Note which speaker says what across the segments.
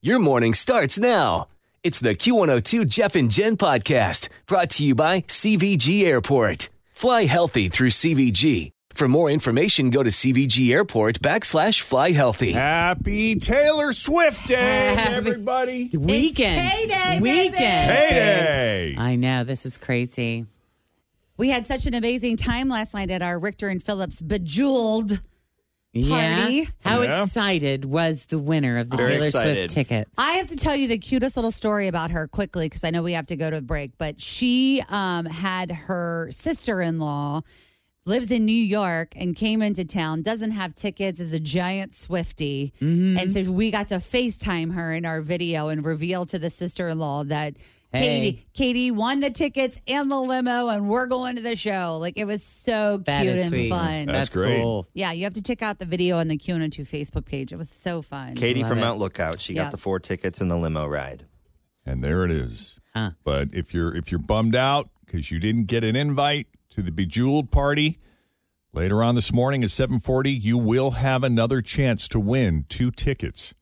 Speaker 1: Your morning starts now. It's the Q102 Jeff and Jen podcast brought to you by CVG Airport. Fly healthy through CVG. For more information, go to CVG Airport backslash fly healthy.
Speaker 2: Happy Taylor Swift Day, everybody.
Speaker 3: Weekend. Weekend.
Speaker 2: Hey,
Speaker 3: I know. This is crazy.
Speaker 4: We had such an amazing time last night at our Richter and Phillips Bejeweled.
Speaker 3: Yeah.
Speaker 4: Party.
Speaker 3: How
Speaker 2: Yeah.
Speaker 3: excited was the winner of the Taylor Swift tickets?
Speaker 4: I have to tell you the cutest little story about her quickly because I know we have to go to break. But she um, had her sister in law lives in New York and came into town, doesn't have tickets, is a giant Swifty.
Speaker 3: Mm-hmm.
Speaker 4: And so we got to FaceTime her in our video and reveal to the sister in law that
Speaker 3: Hey.
Speaker 4: Katie Katie won the tickets and the limo and we're going to the show. Like it was so
Speaker 3: That
Speaker 4: cute
Speaker 3: is
Speaker 4: and
Speaker 3: sweet.
Speaker 4: fun.
Speaker 3: That's,
Speaker 2: great.
Speaker 3: cool.
Speaker 4: yeah, you have to check out the video on the QN2 Facebook page. It was so fun.
Speaker 5: Katie
Speaker 3: Love
Speaker 5: from
Speaker 3: it.
Speaker 5: Mount Lookout. She
Speaker 4: Yeah.
Speaker 5: got the four tickets and the limo ride.
Speaker 2: And there it is.
Speaker 3: Huh.
Speaker 2: But if you're if you're bummed out because you didn't get an invite to the Bejeweled party later on this morning at 7:40, you will have another chance to win two tickets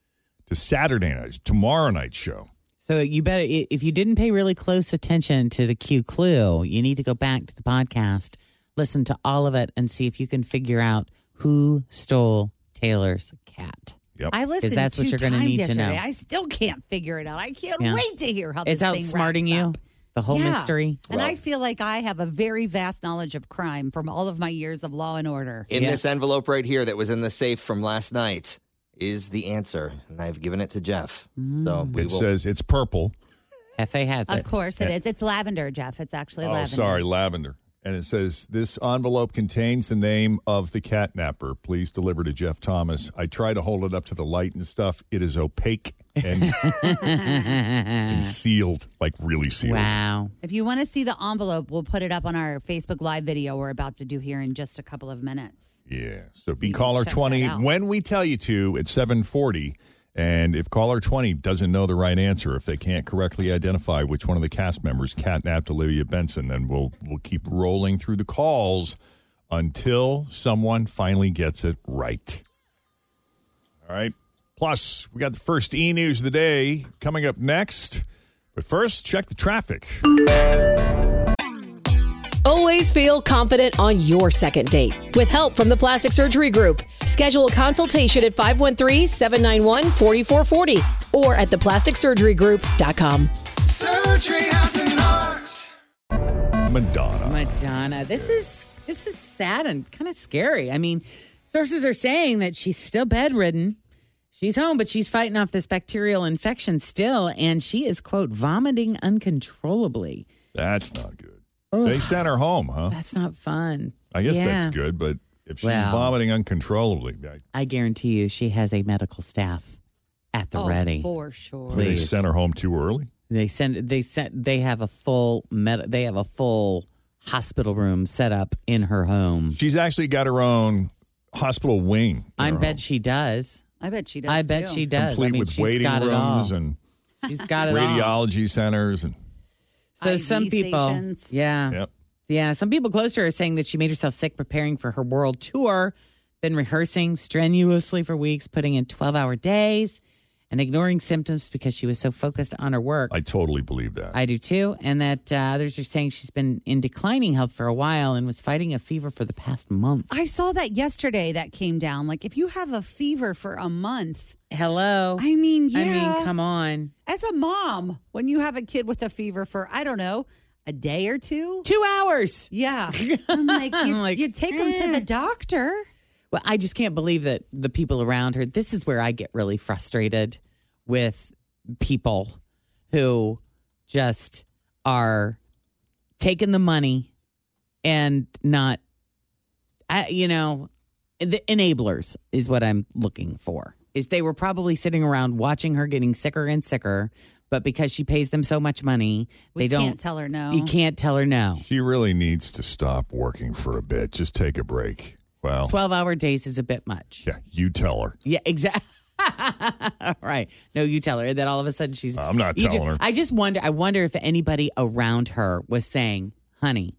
Speaker 2: to Saturday night, tomorrow night's show.
Speaker 3: So you better, i- if you didn't pay really close attention to the Q clue, you need to go back to the podcast, listen to all of it, and see if you can figure out who stole Taylor's cat.
Speaker 2: Yep.
Speaker 4: I listened
Speaker 3: that's
Speaker 4: two
Speaker 3: what you're gonna
Speaker 4: times
Speaker 3: need to
Speaker 4: yesterday.
Speaker 3: know.
Speaker 4: I still can't figure it out. I can't
Speaker 3: Yeah.
Speaker 4: wait to hear how
Speaker 3: It's
Speaker 4: this thing
Speaker 3: outsmarting
Speaker 4: wraps
Speaker 3: you,
Speaker 4: up.
Speaker 3: the whole
Speaker 4: Yeah.
Speaker 3: mystery.
Speaker 4: And I feel like I have a very vast knowledge of crime from all of my years of law and order.
Speaker 5: In
Speaker 3: Yeah.
Speaker 5: this envelope right here that was in the safe from last night is the answer, and I've given it to Jeff.
Speaker 3: Mm.
Speaker 5: So we
Speaker 2: it
Speaker 5: will.
Speaker 2: says it's purple.
Speaker 3: Hefe has
Speaker 4: Of
Speaker 3: it.
Speaker 4: course it is. It's lavender, Jeff. It's actually
Speaker 2: Oh,
Speaker 4: lavender.
Speaker 2: sorry, lavender. And it says this envelope contains the name of the catnapper. Please deliver to Jeff Thomas. I try to hold it up to the light and stuff. It is opaque and, and sealed, like really sealed.
Speaker 3: Wow.
Speaker 4: If you want to see the envelope, we'll put it up on our Facebook Live video we're about to do here in just a couple of minutes.
Speaker 2: Yeah. So be
Speaker 4: You can
Speaker 2: caller
Speaker 4: check that
Speaker 2: 20
Speaker 4: out.
Speaker 2: when we tell you to at 740. And if caller 20 doesn't know the right answer, if they can't correctly identify which one of the cast members catnapped Olivia Benson, then we'll we'll keep rolling through the calls until someone finally gets it right. All right. Plus, we got the first e news of the day coming up next. But first, check the traffic.
Speaker 6: Always feel confident on your second date. With help from the Plastic Surgery Group, schedule a consultation at 513-791-4440 or at theplasticsurgerygroup.com.
Speaker 5: Surgery has an art.
Speaker 2: Madonna.
Speaker 3: Madonna. This is this is sad and kind of scary. I mean, sources are saying that she's still bedridden. She's home, but she's fighting off this bacterial infection still, and she is quote vomiting uncontrollably.
Speaker 2: That's not good. They sent her home, huh?
Speaker 3: That's not fun.
Speaker 2: I guess
Speaker 3: Yeah.
Speaker 2: that's good, but if she's
Speaker 3: Well.
Speaker 2: vomiting uncontrollably, I-
Speaker 3: I guarantee you, she has a medical staff at the
Speaker 4: Oh,
Speaker 3: ready.
Speaker 4: for sure.
Speaker 3: Please.
Speaker 2: they sent her home too early.
Speaker 3: They send. They sent. They have a full med. They have a full hospital room set up in her home.
Speaker 2: She's actually got her own hospital wing. in
Speaker 3: I
Speaker 2: her
Speaker 3: bet
Speaker 2: home,
Speaker 3: she does.
Speaker 4: I bet she does.
Speaker 3: I bet
Speaker 4: too.
Speaker 3: she does.
Speaker 2: complete
Speaker 3: I mean,
Speaker 2: with
Speaker 3: she's
Speaker 2: waiting
Speaker 3: got it all.
Speaker 2: rooms and
Speaker 3: She's got it all.
Speaker 2: radiology centers and
Speaker 3: So
Speaker 4: IV
Speaker 3: some people,
Speaker 4: stations.
Speaker 3: yeah,
Speaker 2: yep.
Speaker 3: yeah, some people close to her are saying that she made herself sick preparing for her world tour, been rehearsing strenuously for weeks, putting in twelve-hour days, and ignoring symptoms because she was so focused on her work.
Speaker 2: I totally believe that.
Speaker 3: I do too. And that uh, others are saying she's been in declining health for a while and was fighting a fever for the past month.
Speaker 4: I saw that yesterday that came down. Like, if you have a fever for a month,
Speaker 3: Hello.
Speaker 4: I mean, yeah.
Speaker 3: I mean, come on.
Speaker 4: As a mom, when you have a kid with a fever for, I don't know, a day or two,
Speaker 3: Two hours.
Speaker 4: yeah. I'm like, you,
Speaker 3: I'm like, "Eh."
Speaker 4: you take them to the doctor.
Speaker 3: Well, I just can't believe that the people around her, this is where I get really frustrated with people who just are taking the money and not, I, you know, the enablers is what I'm looking for. Is they were probably sitting around watching her getting sicker and sicker, but because she pays them so much money,
Speaker 4: We
Speaker 3: they
Speaker 4: can't
Speaker 3: don't.
Speaker 4: tell her no.
Speaker 3: You can't tell her no.
Speaker 2: She really needs to stop working for a bit. Just take a break. Well,
Speaker 3: Twelve hour days is a bit much.
Speaker 2: yeah, you tell her.
Speaker 3: Yeah, exactly. right. No, you tell her that all of a sudden she's.
Speaker 2: I'm not
Speaker 3: You ju-
Speaker 2: telling her.
Speaker 3: I just wonder. I wonder if anybody around her was saying, "Honey,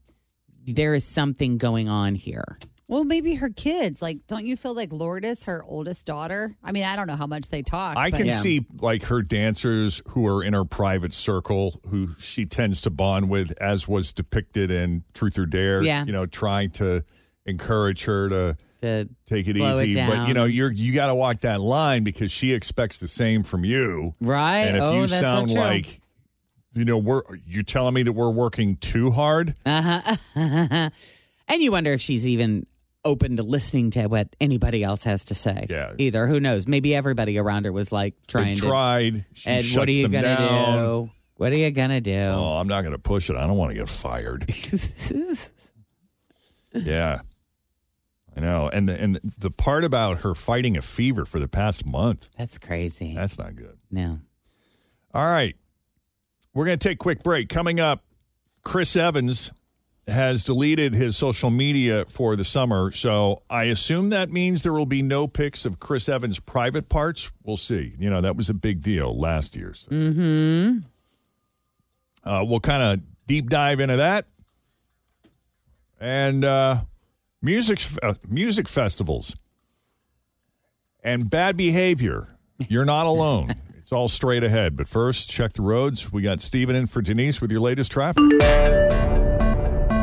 Speaker 3: there is something going on here."
Speaker 4: Well, maybe her kids. Like, don't you feel like Lourdes, her oldest daughter? I mean, I don't know how much they talk.
Speaker 2: I
Speaker 4: but-
Speaker 2: can
Speaker 3: Yeah.
Speaker 2: see like her dancers who are in her private circle who she tends to bond with, as was depicted in Truth or Dare.
Speaker 3: Yeah.
Speaker 2: You know, trying to encourage her to
Speaker 3: To
Speaker 2: take it
Speaker 3: Slow it
Speaker 2: easy. but you
Speaker 3: down.
Speaker 2: know, you're you gotta walk that line because she expects the same from you.
Speaker 3: right.
Speaker 2: and if
Speaker 3: oh,
Speaker 2: you
Speaker 3: that's
Speaker 2: sound
Speaker 3: so true.
Speaker 2: like you know, we're you're telling me that we're working too hard.
Speaker 3: uh-huh. and you wonder if she's even open to listening to what anybody else has to say.
Speaker 2: Yeah.
Speaker 3: Either who knows? Maybe everybody around her was like
Speaker 2: They
Speaker 3: trying to.
Speaker 2: tried. She
Speaker 3: And
Speaker 2: shuts
Speaker 3: what are you
Speaker 2: them
Speaker 3: gonna
Speaker 2: down.
Speaker 3: do? What are you gonna do?
Speaker 2: Oh, I'm not going to push it. I don't want to get fired. yeah. I know. And the, and the part about her fighting a fever for the past month,
Speaker 3: That's crazy.
Speaker 2: that's not good.
Speaker 3: no.
Speaker 2: All right. We're going to take a quick break. Coming up, Chris Evans has deleted his social media for the summer. So I assume that means there will be no pics of Chris Evans' private parts. We'll see. You know, that was a big deal last year. So. Mm-hmm. Uh, we'll kind of deep dive into that. And uh, music, uh, music festivals and bad behavior. You're not alone. it's all straight ahead. But first, check the roads. We got Steven in for Denise with your latest traffic.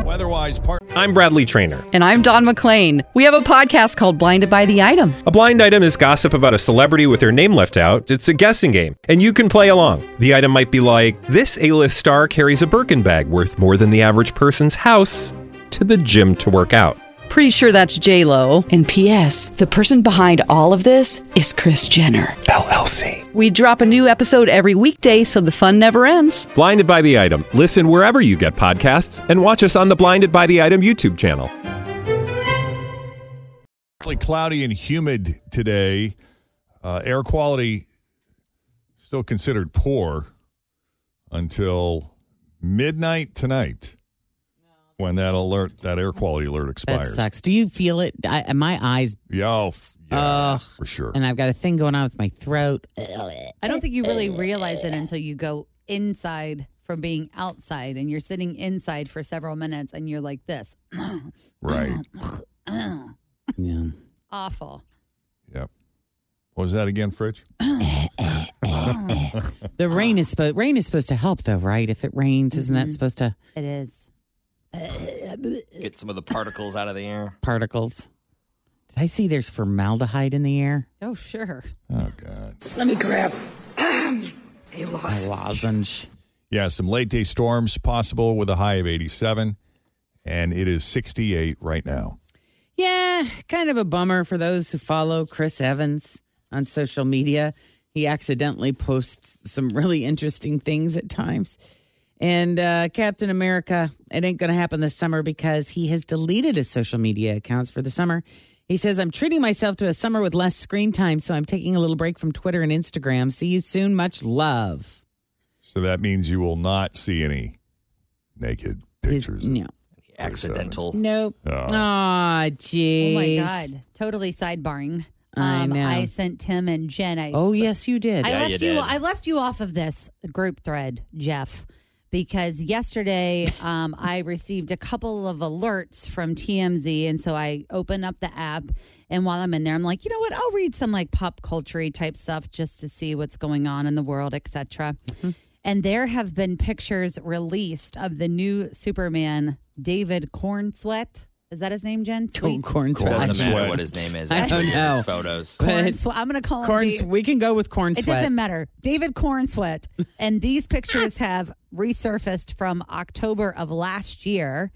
Speaker 2: Weatherwise, part.
Speaker 7: I'm Bradley Trainer.
Speaker 8: And I'm Don McClain. We have a podcast called Blinded by the Item.
Speaker 7: A blind item is gossip about a celebrity with their name left out. It's a guessing game, and you can play along. The item might be like this: A-list star carries a Birkin bag worth more than the average person's house to the gym to work out.
Speaker 8: Pretty sure that's J Lo.
Speaker 6: And P.S. The person behind all of this is Chris Jenner.
Speaker 7: LLC.
Speaker 8: We drop a new episode every weekday, so the fun never ends.
Speaker 7: Blinded by the item. Listen wherever you get podcasts, and watch us on the Blinded by the Item YouTube channel.
Speaker 2: partly cloudy and humid today. Uh, air quality still considered poor until midnight tonight, when that alert, that air quality alert
Speaker 3: That
Speaker 2: expires.
Speaker 3: sucks. Do you feel it? I, my eyes,
Speaker 2: Yeah, oh, f- yeah,
Speaker 3: Ugh.
Speaker 2: for sure.
Speaker 3: and I've got a thing going on with my throat.
Speaker 4: I don't think you really realize it until you go inside from being outside and you're sitting inside for several minutes and you're like this.
Speaker 2: right.
Speaker 3: Yeah.
Speaker 4: Awful.
Speaker 2: Yep. What was that again, Fridge?
Speaker 3: The rain is supposed rain is supposed to help though, right? If it rains, isn't
Speaker 4: Mm-hmm.
Speaker 3: that supposed to
Speaker 4: It is.
Speaker 5: Get some of the particles out of the air.
Speaker 3: particles? Did I see there's formaldehyde in the air?
Speaker 4: Oh, sure.
Speaker 2: Oh God.
Speaker 3: A lozenge.
Speaker 2: Yeah, some late day storms possible with a high of 87, and it is 68 right now.
Speaker 3: Yeah, kind of a bummer for those who follow Chris Evans on social media. He accidentally posts some really interesting things at times. And uh, Captain America, it ain't going to happen this summer because he has deleted his social media accounts for the summer. He says, I'm treating myself to a summer with less screen time, so I'm taking a little break from Twitter and Instagram. See you soon. Much love.
Speaker 2: So that means you will not see any naked
Speaker 3: His-
Speaker 2: pictures.
Speaker 3: no.
Speaker 5: Accidental.
Speaker 3: Nope.
Speaker 2: Oh.
Speaker 3: Aw,
Speaker 4: Oh,
Speaker 3: jeez.
Speaker 4: my God. Totally sidebarring. Um,
Speaker 3: I know.
Speaker 4: I sent Tim and Jen. I,
Speaker 3: Oh, yes, you did.
Speaker 4: I
Speaker 5: Yeah,
Speaker 4: left
Speaker 5: you
Speaker 4: you,
Speaker 5: did.
Speaker 4: I left you off of this group thread, Jeff, because yesterday um, I received a couple of alerts from TMZ, and so I open up the app, and while I'm in there, I'm like, you know what? I'll read some like pop culture type stuff just to see what's going on in the world, etc.
Speaker 3: Mm-hmm.
Speaker 4: And there have been pictures released of the new Superman, David Cornsweat. Is that his name, Jen?
Speaker 3: Corn,
Speaker 4: Sweet.
Speaker 3: corn
Speaker 5: It
Speaker 3: sweat.
Speaker 5: doesn't
Speaker 2: Corn
Speaker 5: matter
Speaker 2: sweat.
Speaker 5: what his name is.
Speaker 3: I
Speaker 5: after
Speaker 3: don't
Speaker 5: you get his
Speaker 3: know.
Speaker 5: Photos.
Speaker 3: Go ahead.
Speaker 4: Cornswe- I'm going to call him
Speaker 3: Corn,
Speaker 4: Da-
Speaker 3: we can go with corn
Speaker 4: it
Speaker 3: sweat.
Speaker 4: doesn't matter. David Cornsweat. and these pictures have resurfaced from October of last year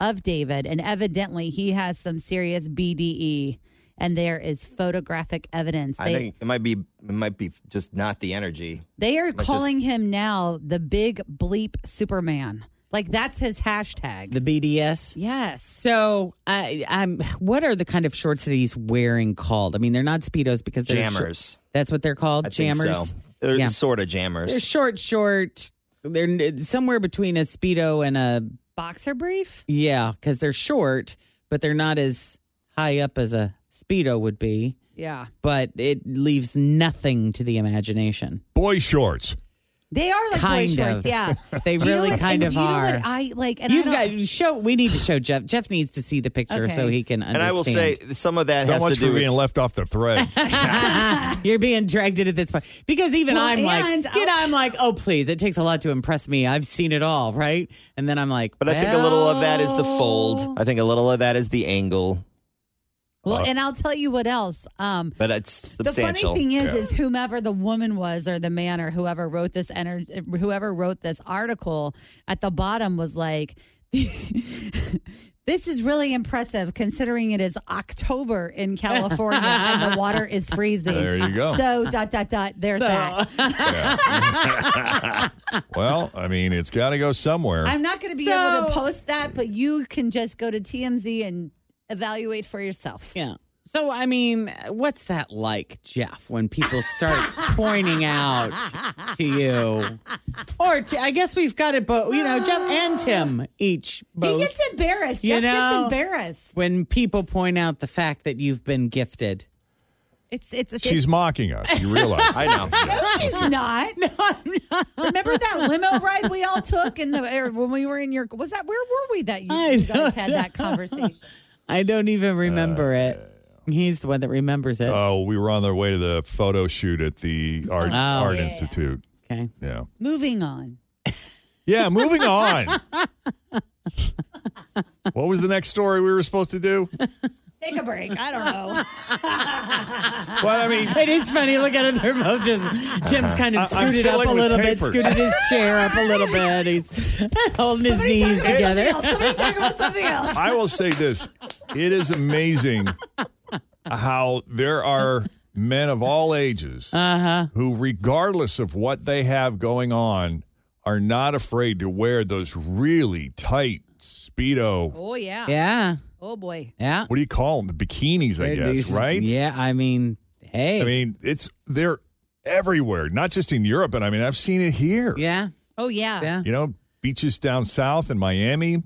Speaker 4: of David. And evidently, he has some serious BDE. And there is photographic evidence.
Speaker 5: I
Speaker 4: They,
Speaker 5: think it might be it might be just not the energy.
Speaker 4: they are
Speaker 5: just-
Speaker 4: calling him now the big bleep Superman. Like, that's his hashtag.
Speaker 3: The BDS.
Speaker 4: yes.
Speaker 3: So, I, I'm. What are the kind of shorts that he's wearing called? I mean, they're not speedos because they're shor-
Speaker 5: Jammers.
Speaker 3: That's what they're called.
Speaker 5: I think
Speaker 3: jammers.
Speaker 5: so. They're
Speaker 3: Yeah.
Speaker 5: sort of jammers.
Speaker 3: They're short, short. They're n- somewhere between a speedo and a
Speaker 4: Boxer brief?
Speaker 3: yeah, because they're short, but they're not as high up as a speedo would be.
Speaker 4: Yeah.
Speaker 3: But it leaves nothing to the imagination.
Speaker 2: Boy shorts.
Speaker 4: They are like
Speaker 3: Kind
Speaker 4: boy shorts.
Speaker 3: of.
Speaker 4: Yeah.
Speaker 3: They
Speaker 4: Do you know
Speaker 3: really
Speaker 4: what-
Speaker 3: kind
Speaker 4: and
Speaker 3: of
Speaker 4: do you know
Speaker 3: are.
Speaker 4: what I like. And I
Speaker 3: You've
Speaker 4: don't-
Speaker 3: got show. We need to show Jeff. Jeff needs to see the picture so
Speaker 4: Okay.
Speaker 3: he can
Speaker 5: and
Speaker 3: understand.
Speaker 5: I will say some of that
Speaker 2: So
Speaker 5: has
Speaker 2: much
Speaker 5: to
Speaker 2: for
Speaker 5: do with
Speaker 2: being left off the thread.
Speaker 3: You're being dragged into this part because even
Speaker 4: Well,
Speaker 3: I'm
Speaker 4: and
Speaker 3: like, you know, I'm like, oh please, it takes a lot to impress me. I've seen it all, right? And then I'm like,
Speaker 5: But I think a little of that is the
Speaker 3: well-
Speaker 5: fold. I think a little of that is the angle.
Speaker 4: Well, and I'll tell you what else. Um,
Speaker 5: But it's
Speaker 4: the funny
Speaker 5: substantial.
Speaker 4: thing is, is whomever the woman was, or the man, or whoever wrote this ener- whoever wrote this article at the bottom was like, "This is really impressive, considering it is October in California and the water is freezing."
Speaker 2: There you go.
Speaker 4: So dot dot dot. There's that.
Speaker 2: well, I mean, it's got to go somewhere.
Speaker 4: I'm not going to be able to post that, but you can just go to TMZ and evaluate for yourself.
Speaker 3: Yeah. So I mean, what's that like, Jeff, when people start pointing out to you? Or to, I guess we've got it both, you know, Jeff and Tim each
Speaker 4: He
Speaker 3: both.
Speaker 4: gets embarrassed.
Speaker 3: You
Speaker 4: Jeff gets
Speaker 3: know-
Speaker 4: embarrassed.
Speaker 3: when people point out the fact that you've been gifted.
Speaker 4: It's it's a
Speaker 2: She's mocking us. You realize?
Speaker 5: I know.
Speaker 4: She's not. No, I'm not. Remember that limo ride we all took in the or when we were in your was that where were we that you,
Speaker 3: I
Speaker 4: you guys
Speaker 3: don't
Speaker 4: had that conversation?
Speaker 3: I don't even remember it. He's the one that remembers it.
Speaker 2: Oh, we were on our way to the photo shoot at the
Speaker 5: Oh,
Speaker 2: Art, Art Institute.
Speaker 3: okay.
Speaker 2: Yeah.
Speaker 4: Moving on.
Speaker 2: Yeah, moving on. what was the next story we were supposed to do?
Speaker 4: Take a break. I don't know.
Speaker 2: Well, I mean,
Speaker 3: It is funny. Look at it. They're both just. Tim's kind
Speaker 2: I-
Speaker 3: of
Speaker 2: I'm
Speaker 3: scooted up
Speaker 2: filling
Speaker 3: a
Speaker 2: with
Speaker 3: little bit,
Speaker 2: papers.
Speaker 3: scooted his chair up a little bit. He's holding his knees together.
Speaker 4: Somebody talk about something else.
Speaker 2: I will say this it is amazing how there are men of all ages
Speaker 3: Uh-huh.
Speaker 2: who, regardless of what they have going on, are not afraid to wear those really tight Speedo.
Speaker 4: Oh yeah.
Speaker 3: Yeah.
Speaker 4: Oh boy.
Speaker 3: Yeah.
Speaker 2: What do you call them? The bikinis, I
Speaker 3: They're
Speaker 2: guess,
Speaker 3: decent.
Speaker 2: right?
Speaker 3: Yeah, I mean, hey.
Speaker 2: I mean, it's they're everywhere, not just in Europe, and I mean, I've seen it here.
Speaker 3: yeah.
Speaker 4: Oh yeah.
Speaker 3: Yeah.
Speaker 2: You know, beaches down south in Miami.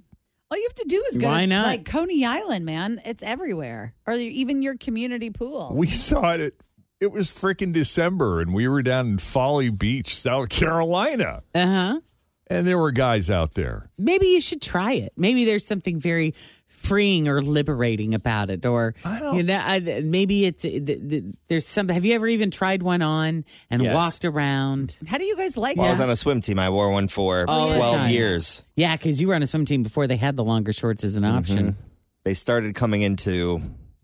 Speaker 4: All you have to do is go
Speaker 3: Why
Speaker 4: to
Speaker 3: not?
Speaker 4: like Coney Island, man. It's everywhere. Or even your community pool.
Speaker 2: We saw it. At, it was freaking December, and we were down in Folly Beach, South Carolina,
Speaker 3: Uh huh.
Speaker 2: and there were guys out there.
Speaker 3: Maybe you should try it. Maybe there's something very freeing or liberating about it, or you know, I, maybe it's th- th- there's some. Have you ever even tried one on and
Speaker 5: Yes.
Speaker 3: walked around?
Speaker 4: How do you guys like
Speaker 5: While I was
Speaker 4: that?
Speaker 5: on a swim team, I wore one for
Speaker 4: Oh,
Speaker 3: All the
Speaker 5: 12
Speaker 3: time.
Speaker 5: years.
Speaker 3: Yeah, because you were on a swim team before they had the longer shorts as an option.
Speaker 5: They started coming into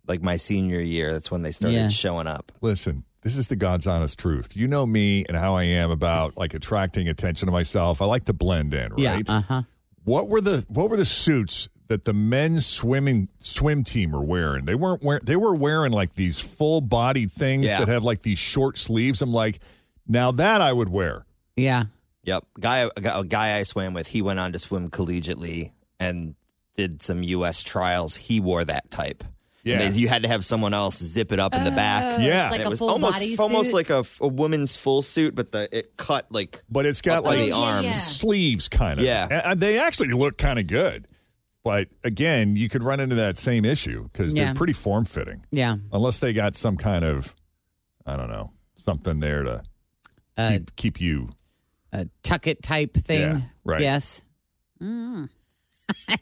Speaker 5: like my senior year. That's when they started
Speaker 3: Yeah.
Speaker 5: showing up.
Speaker 2: Listen, this is the God's honest truth. You know me and how I am about like attracting attention to myself. I like to blend in, right?
Speaker 3: Yeah. Uh huh.
Speaker 2: What were the What were the suits that the men's swimming swim team were wearing? They weren't wearing. They were wearing like these full body things
Speaker 5: Yeah.
Speaker 2: that have like these short sleeves. I'm like, now that I would wear.
Speaker 3: Yeah.
Speaker 5: Yep. Guy, a guy- a guy I swam with, he went on to swim collegiately and did some U.S. trials. He wore that type.
Speaker 2: Yeah.
Speaker 5: And they- you had to have someone else zip it up in the back.
Speaker 2: Yeah.
Speaker 4: It's Oh, like
Speaker 5: And
Speaker 4: a
Speaker 5: it was
Speaker 4: full
Speaker 5: almost
Speaker 4: body
Speaker 5: almost
Speaker 4: suit.
Speaker 5: like a, f- a woman's full suit, but the it cut like
Speaker 2: but it's got
Speaker 5: Up by
Speaker 2: like
Speaker 5: the arms.
Speaker 4: Yeah.
Speaker 2: sleeves kind of.
Speaker 5: Yeah.
Speaker 2: And- and they actually look kind of good. But again, you could run into that same issue because
Speaker 3: Yeah.
Speaker 2: they're pretty form fitting,
Speaker 3: Yeah.
Speaker 2: unless they got some kind of, I don't know, something there to
Speaker 3: Uh,
Speaker 2: keep, keep you
Speaker 3: a tucket type thing.
Speaker 2: Hmm. Yeah, right.
Speaker 3: Yes. Mm.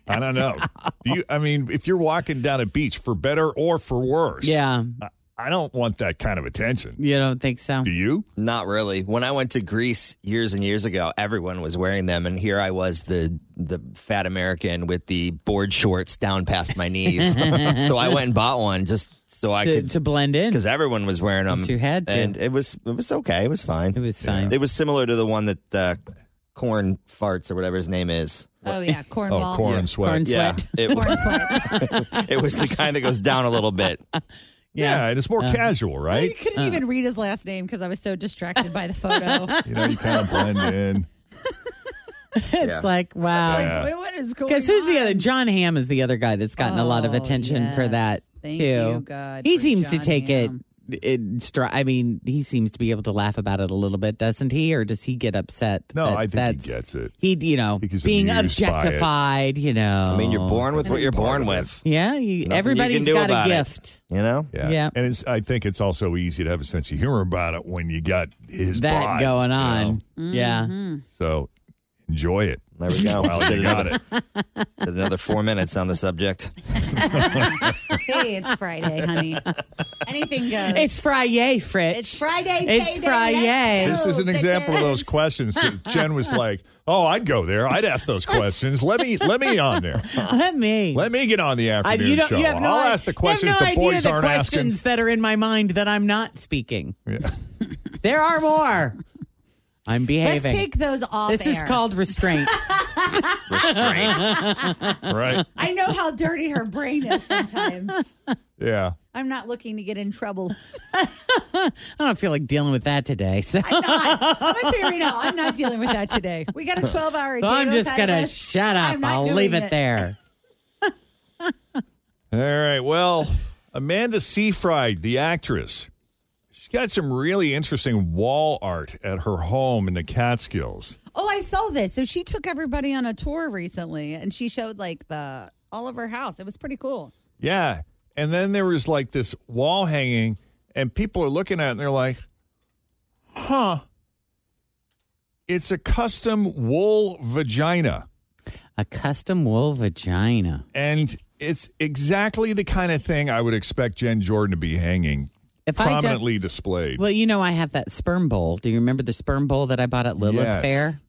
Speaker 2: I don't know. Do you? I mean, if you're walking down a beach for better or for worse,
Speaker 3: Yeah.
Speaker 2: I, I don't want that kind of attention.
Speaker 3: You don't think so?
Speaker 2: Do you?
Speaker 5: Not really. When I went to Greece years and years ago, everyone was wearing them, and here I was, the the fat American with the board shorts down past my knees. so I went and bought one just so I
Speaker 3: To,
Speaker 5: could,
Speaker 3: to blend in.
Speaker 5: because everyone was wearing them.
Speaker 3: Yes, you had to.
Speaker 5: and it was it was okay. It was fine.
Speaker 3: It was fine.
Speaker 5: It was similar to the one that uh, Corn farts or whatever his name is.
Speaker 4: Oh yeah, cornball.
Speaker 2: Oh, corn sweat.
Speaker 3: Corn sweat.
Speaker 5: Yeah, it,
Speaker 4: Corn sweat.
Speaker 5: it was the kind that goes down a little bit.
Speaker 2: Yeah, and it's more casual,
Speaker 4: I
Speaker 2: right?
Speaker 4: couldn't even read his last name because I was so distracted by the photo. Like,
Speaker 2: You know, you kind of blend in.
Speaker 3: it's like wow.
Speaker 2: Yeah.
Speaker 4: wait, what is going?
Speaker 3: Because who's the
Speaker 4: on?
Speaker 3: other? John Hamm is the other guy that's gotten a lot of
Speaker 4: Oh,
Speaker 3: attention for
Speaker 4: yes.
Speaker 3: that
Speaker 4: Thank
Speaker 3: too.
Speaker 4: you, God,
Speaker 3: he
Speaker 4: for
Speaker 3: seems to
Speaker 4: John
Speaker 3: take
Speaker 4: Hamm.
Speaker 3: it. in stri- I mean, he seems to be able to laugh about it a little bit, doesn't he? Or does he get upset?
Speaker 2: No,
Speaker 3: that
Speaker 2: I think
Speaker 3: that's-
Speaker 2: he gets it.
Speaker 3: He, you know,
Speaker 2: think he's
Speaker 3: being
Speaker 2: amused by it.
Speaker 3: objectified. You know,
Speaker 5: I mean, you're born with what you're born
Speaker 2: part of
Speaker 5: with.
Speaker 3: Yeah, you,
Speaker 5: Nothing you
Speaker 3: everybody's
Speaker 5: can do
Speaker 3: got a
Speaker 5: about it.
Speaker 3: gift.
Speaker 5: You know.
Speaker 2: Yeah.
Speaker 3: Yeah.
Speaker 2: And it's, I think it's also easy to have a sense of humor about it when you got his
Speaker 3: That
Speaker 2: bod,
Speaker 3: going
Speaker 2: you
Speaker 3: on.
Speaker 2: know?
Speaker 3: Yeah,
Speaker 4: Mm-hmm.
Speaker 2: So enjoy it.
Speaker 5: There we go.
Speaker 2: Well,
Speaker 5: Just did
Speaker 2: you got
Speaker 5: another,
Speaker 2: it.
Speaker 5: did another four minutes on the subject.
Speaker 4: Hey, it's Friday, honey. Anything goes.
Speaker 3: it's Friday, Fritz.
Speaker 4: It's Friday.
Speaker 3: It's
Speaker 4: payday,
Speaker 3: Friday.
Speaker 4: let's
Speaker 2: This
Speaker 4: go,
Speaker 2: is an example of
Speaker 4: bitches.
Speaker 2: those questions. that Jen was like, "Oh, I'd go there. I'd ask those questions. Let me, let me on there.
Speaker 3: Let me.
Speaker 2: Let me get on the
Speaker 3: I-
Speaker 2: afternoon
Speaker 3: you don't-
Speaker 2: show.
Speaker 3: you have no
Speaker 2: I'll
Speaker 3: i-
Speaker 2: ask the questions
Speaker 3: you have no
Speaker 2: the
Speaker 3: idea
Speaker 2: boys
Speaker 3: the
Speaker 2: aren't
Speaker 3: questions that are in my mind that I'm not speaking. there are more. I'm behaving.
Speaker 4: Let's take those off.
Speaker 3: this is
Speaker 4: air.
Speaker 3: called restraint.
Speaker 5: Restraint.
Speaker 2: asking, right?
Speaker 4: I know how dirty her brain is sometimes.
Speaker 2: Yeah.
Speaker 4: I'm not looking to get in trouble.
Speaker 3: I don't feel like dealing with that today. So
Speaker 4: I'm not. I'm gonna tell you right now. I'm not dealing with that today. We got a 12 hour.
Speaker 3: So I'm just gonna shut up. I'll leave it, there.
Speaker 2: All right. Well, Amanda Seyfried, the actress, she's got some really interesting wall art at her home in the Catskills.
Speaker 4: Oh, I saw this. So she took everybody on a tour recently, and she showed like the all of her house. It was pretty cool.
Speaker 2: Yeah. And then there was like this wall hanging, and people are looking at it and they're like, huh, it's a custom wool vagina.
Speaker 3: A custom wool vagina.
Speaker 2: And it's exactly the kind of thing I would expect Jen Jordan to be hanging,
Speaker 3: If I don't-
Speaker 2: prominently displayed.
Speaker 3: well, you know, I have that sperm bowl. Do you remember the sperm bowl that I bought at Lilith
Speaker 2: Yes.
Speaker 3: Fair?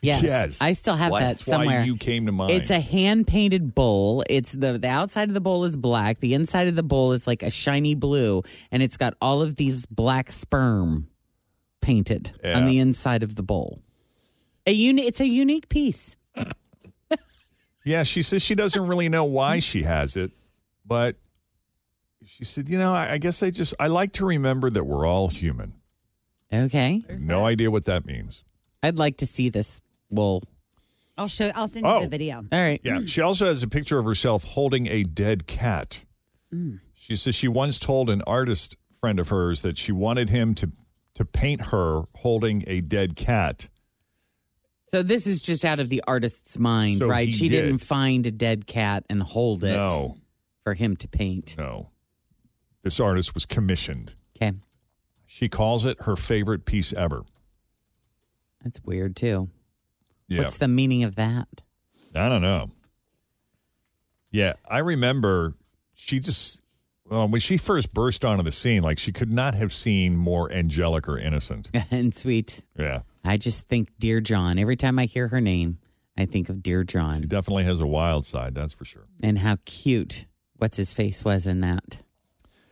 Speaker 3: Yes.
Speaker 2: Yes.
Speaker 3: I still have
Speaker 2: What?
Speaker 3: that
Speaker 2: That's
Speaker 3: somewhere.
Speaker 2: why you came to mind.
Speaker 3: It's a hand painted bowl. It's the the outside of the bowl is black. The inside of the bowl is like a shiny blue, and it's got all of these black sperm painted
Speaker 2: Yeah.
Speaker 3: on the inside of the bowl. A uni- It's a unique piece.
Speaker 2: Yeah, she says she doesn't really know why she has it, but she said, you know, I, I guess I just I like to remember that we're all human.
Speaker 3: Okay,
Speaker 2: no idea what that means.
Speaker 3: I'd like to see this wool.
Speaker 4: I'll show. I'll send you
Speaker 2: Oh.
Speaker 4: the video.
Speaker 3: All right.
Speaker 2: Yeah, she also has a picture of herself holding a dead cat. She says she once told an artist friend of hers that she wanted him to to paint her holding a dead cat.
Speaker 3: So this is just out of the artist's mind,
Speaker 2: So
Speaker 3: right?
Speaker 2: he
Speaker 3: She
Speaker 2: did.
Speaker 3: didn't find a dead cat and hold it
Speaker 2: No,
Speaker 3: for him to paint.
Speaker 2: no. This artist was commissioned.
Speaker 3: Okay,
Speaker 2: She calls it her favorite piece ever.
Speaker 3: that's weird too.
Speaker 2: Yeah.
Speaker 3: What's the meaning of that?
Speaker 2: I don't know. Yeah, I remember she just well, when she first burst onto the scene, like she could not have seen more angelic or innocent.
Speaker 3: and sweet.
Speaker 2: Yeah,
Speaker 3: I just think Dear John. Every time I hear her name, I think of Dear
Speaker 2: she
Speaker 3: John
Speaker 2: definitely has a wild side, that's for sure.
Speaker 3: and how cute what's his face was in that.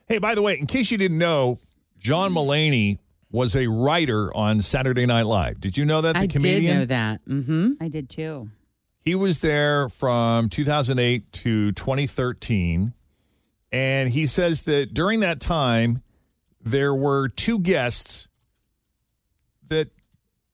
Speaker 2: Hey, by the way, in case you didn't know,
Speaker 3: Mm.
Speaker 2: John Mullaney was a writer on Saturday Night Live. Did you know that the
Speaker 3: I
Speaker 2: comedian?
Speaker 3: did know that. Mm-hmm.
Speaker 4: I did too.
Speaker 2: He was there from 2008 to 2013. And he says that during that time, there were two guests that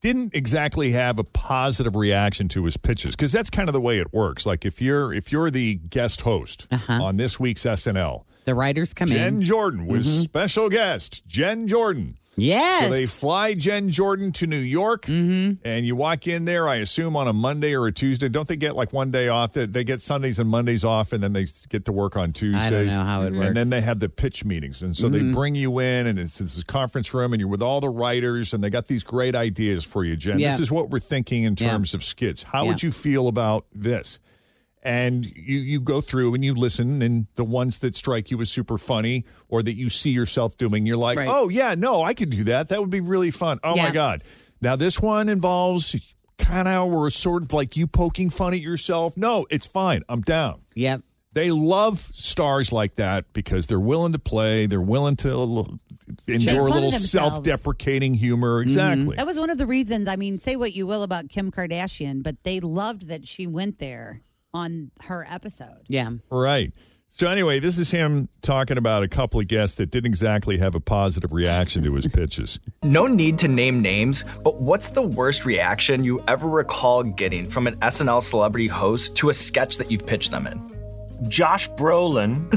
Speaker 2: didn't exactly have a positive reaction to his pitches because that's kind of the way it works like if you're if you're the guest host
Speaker 3: Uh-huh.
Speaker 2: on this week's SNL
Speaker 3: The writers come
Speaker 2: Jen
Speaker 3: in.
Speaker 2: Jordan was special guest Jen Jordan
Speaker 3: Mm-hmm. Yes. Mm-hmm.
Speaker 2: So they fly Jen Jordan to New York, and you walk in there. I assume on a Monday or a Tuesday. Don't they get like one day off? That they get Sundays and Mondays off, and then they s- get to work on Tuesdays.
Speaker 3: I don't know how it works. Mm-hmm.
Speaker 2: And then they have the pitch meetings, and so they bring you in, and it's, it's this conference room, and you're with all the writers, and they got these great ideas for you, Jen.
Speaker 3: Yeah.
Speaker 2: This is what we're thinking in
Speaker 3: Yeah.
Speaker 2: terms of skits. How
Speaker 3: Yeah.
Speaker 2: would you feel about this? and you you go through and you listen and the ones that strike you as super funny or that you see yourself doing you're like
Speaker 3: Right.
Speaker 2: oh yeah no i could do that that would be really fun oh my
Speaker 3: Yeah.
Speaker 2: god now this one involves kind of or sort of like you poking fun at yourself no it's fine i'm down
Speaker 3: yep.
Speaker 2: they love stars like that because they're willing to play they are willing to l- endure a
Speaker 4: fun of
Speaker 2: little
Speaker 4: themselves. Mm-hmm.
Speaker 2: self-deprecating humor exactly
Speaker 4: That was one of the reasons. I mean, say what you will about Kim Kardashian, but they loved that she went there on her episode.
Speaker 3: Yeah.
Speaker 2: Right. So anyway, this is him talking about a couple of guests that didn't exactly have a positive reaction to his pitches.
Speaker 9: No need to name names, but what's the worst reaction you ever recall getting from an SNL celebrity host to a sketch that you've pitched them in?
Speaker 10: Josh Brolin.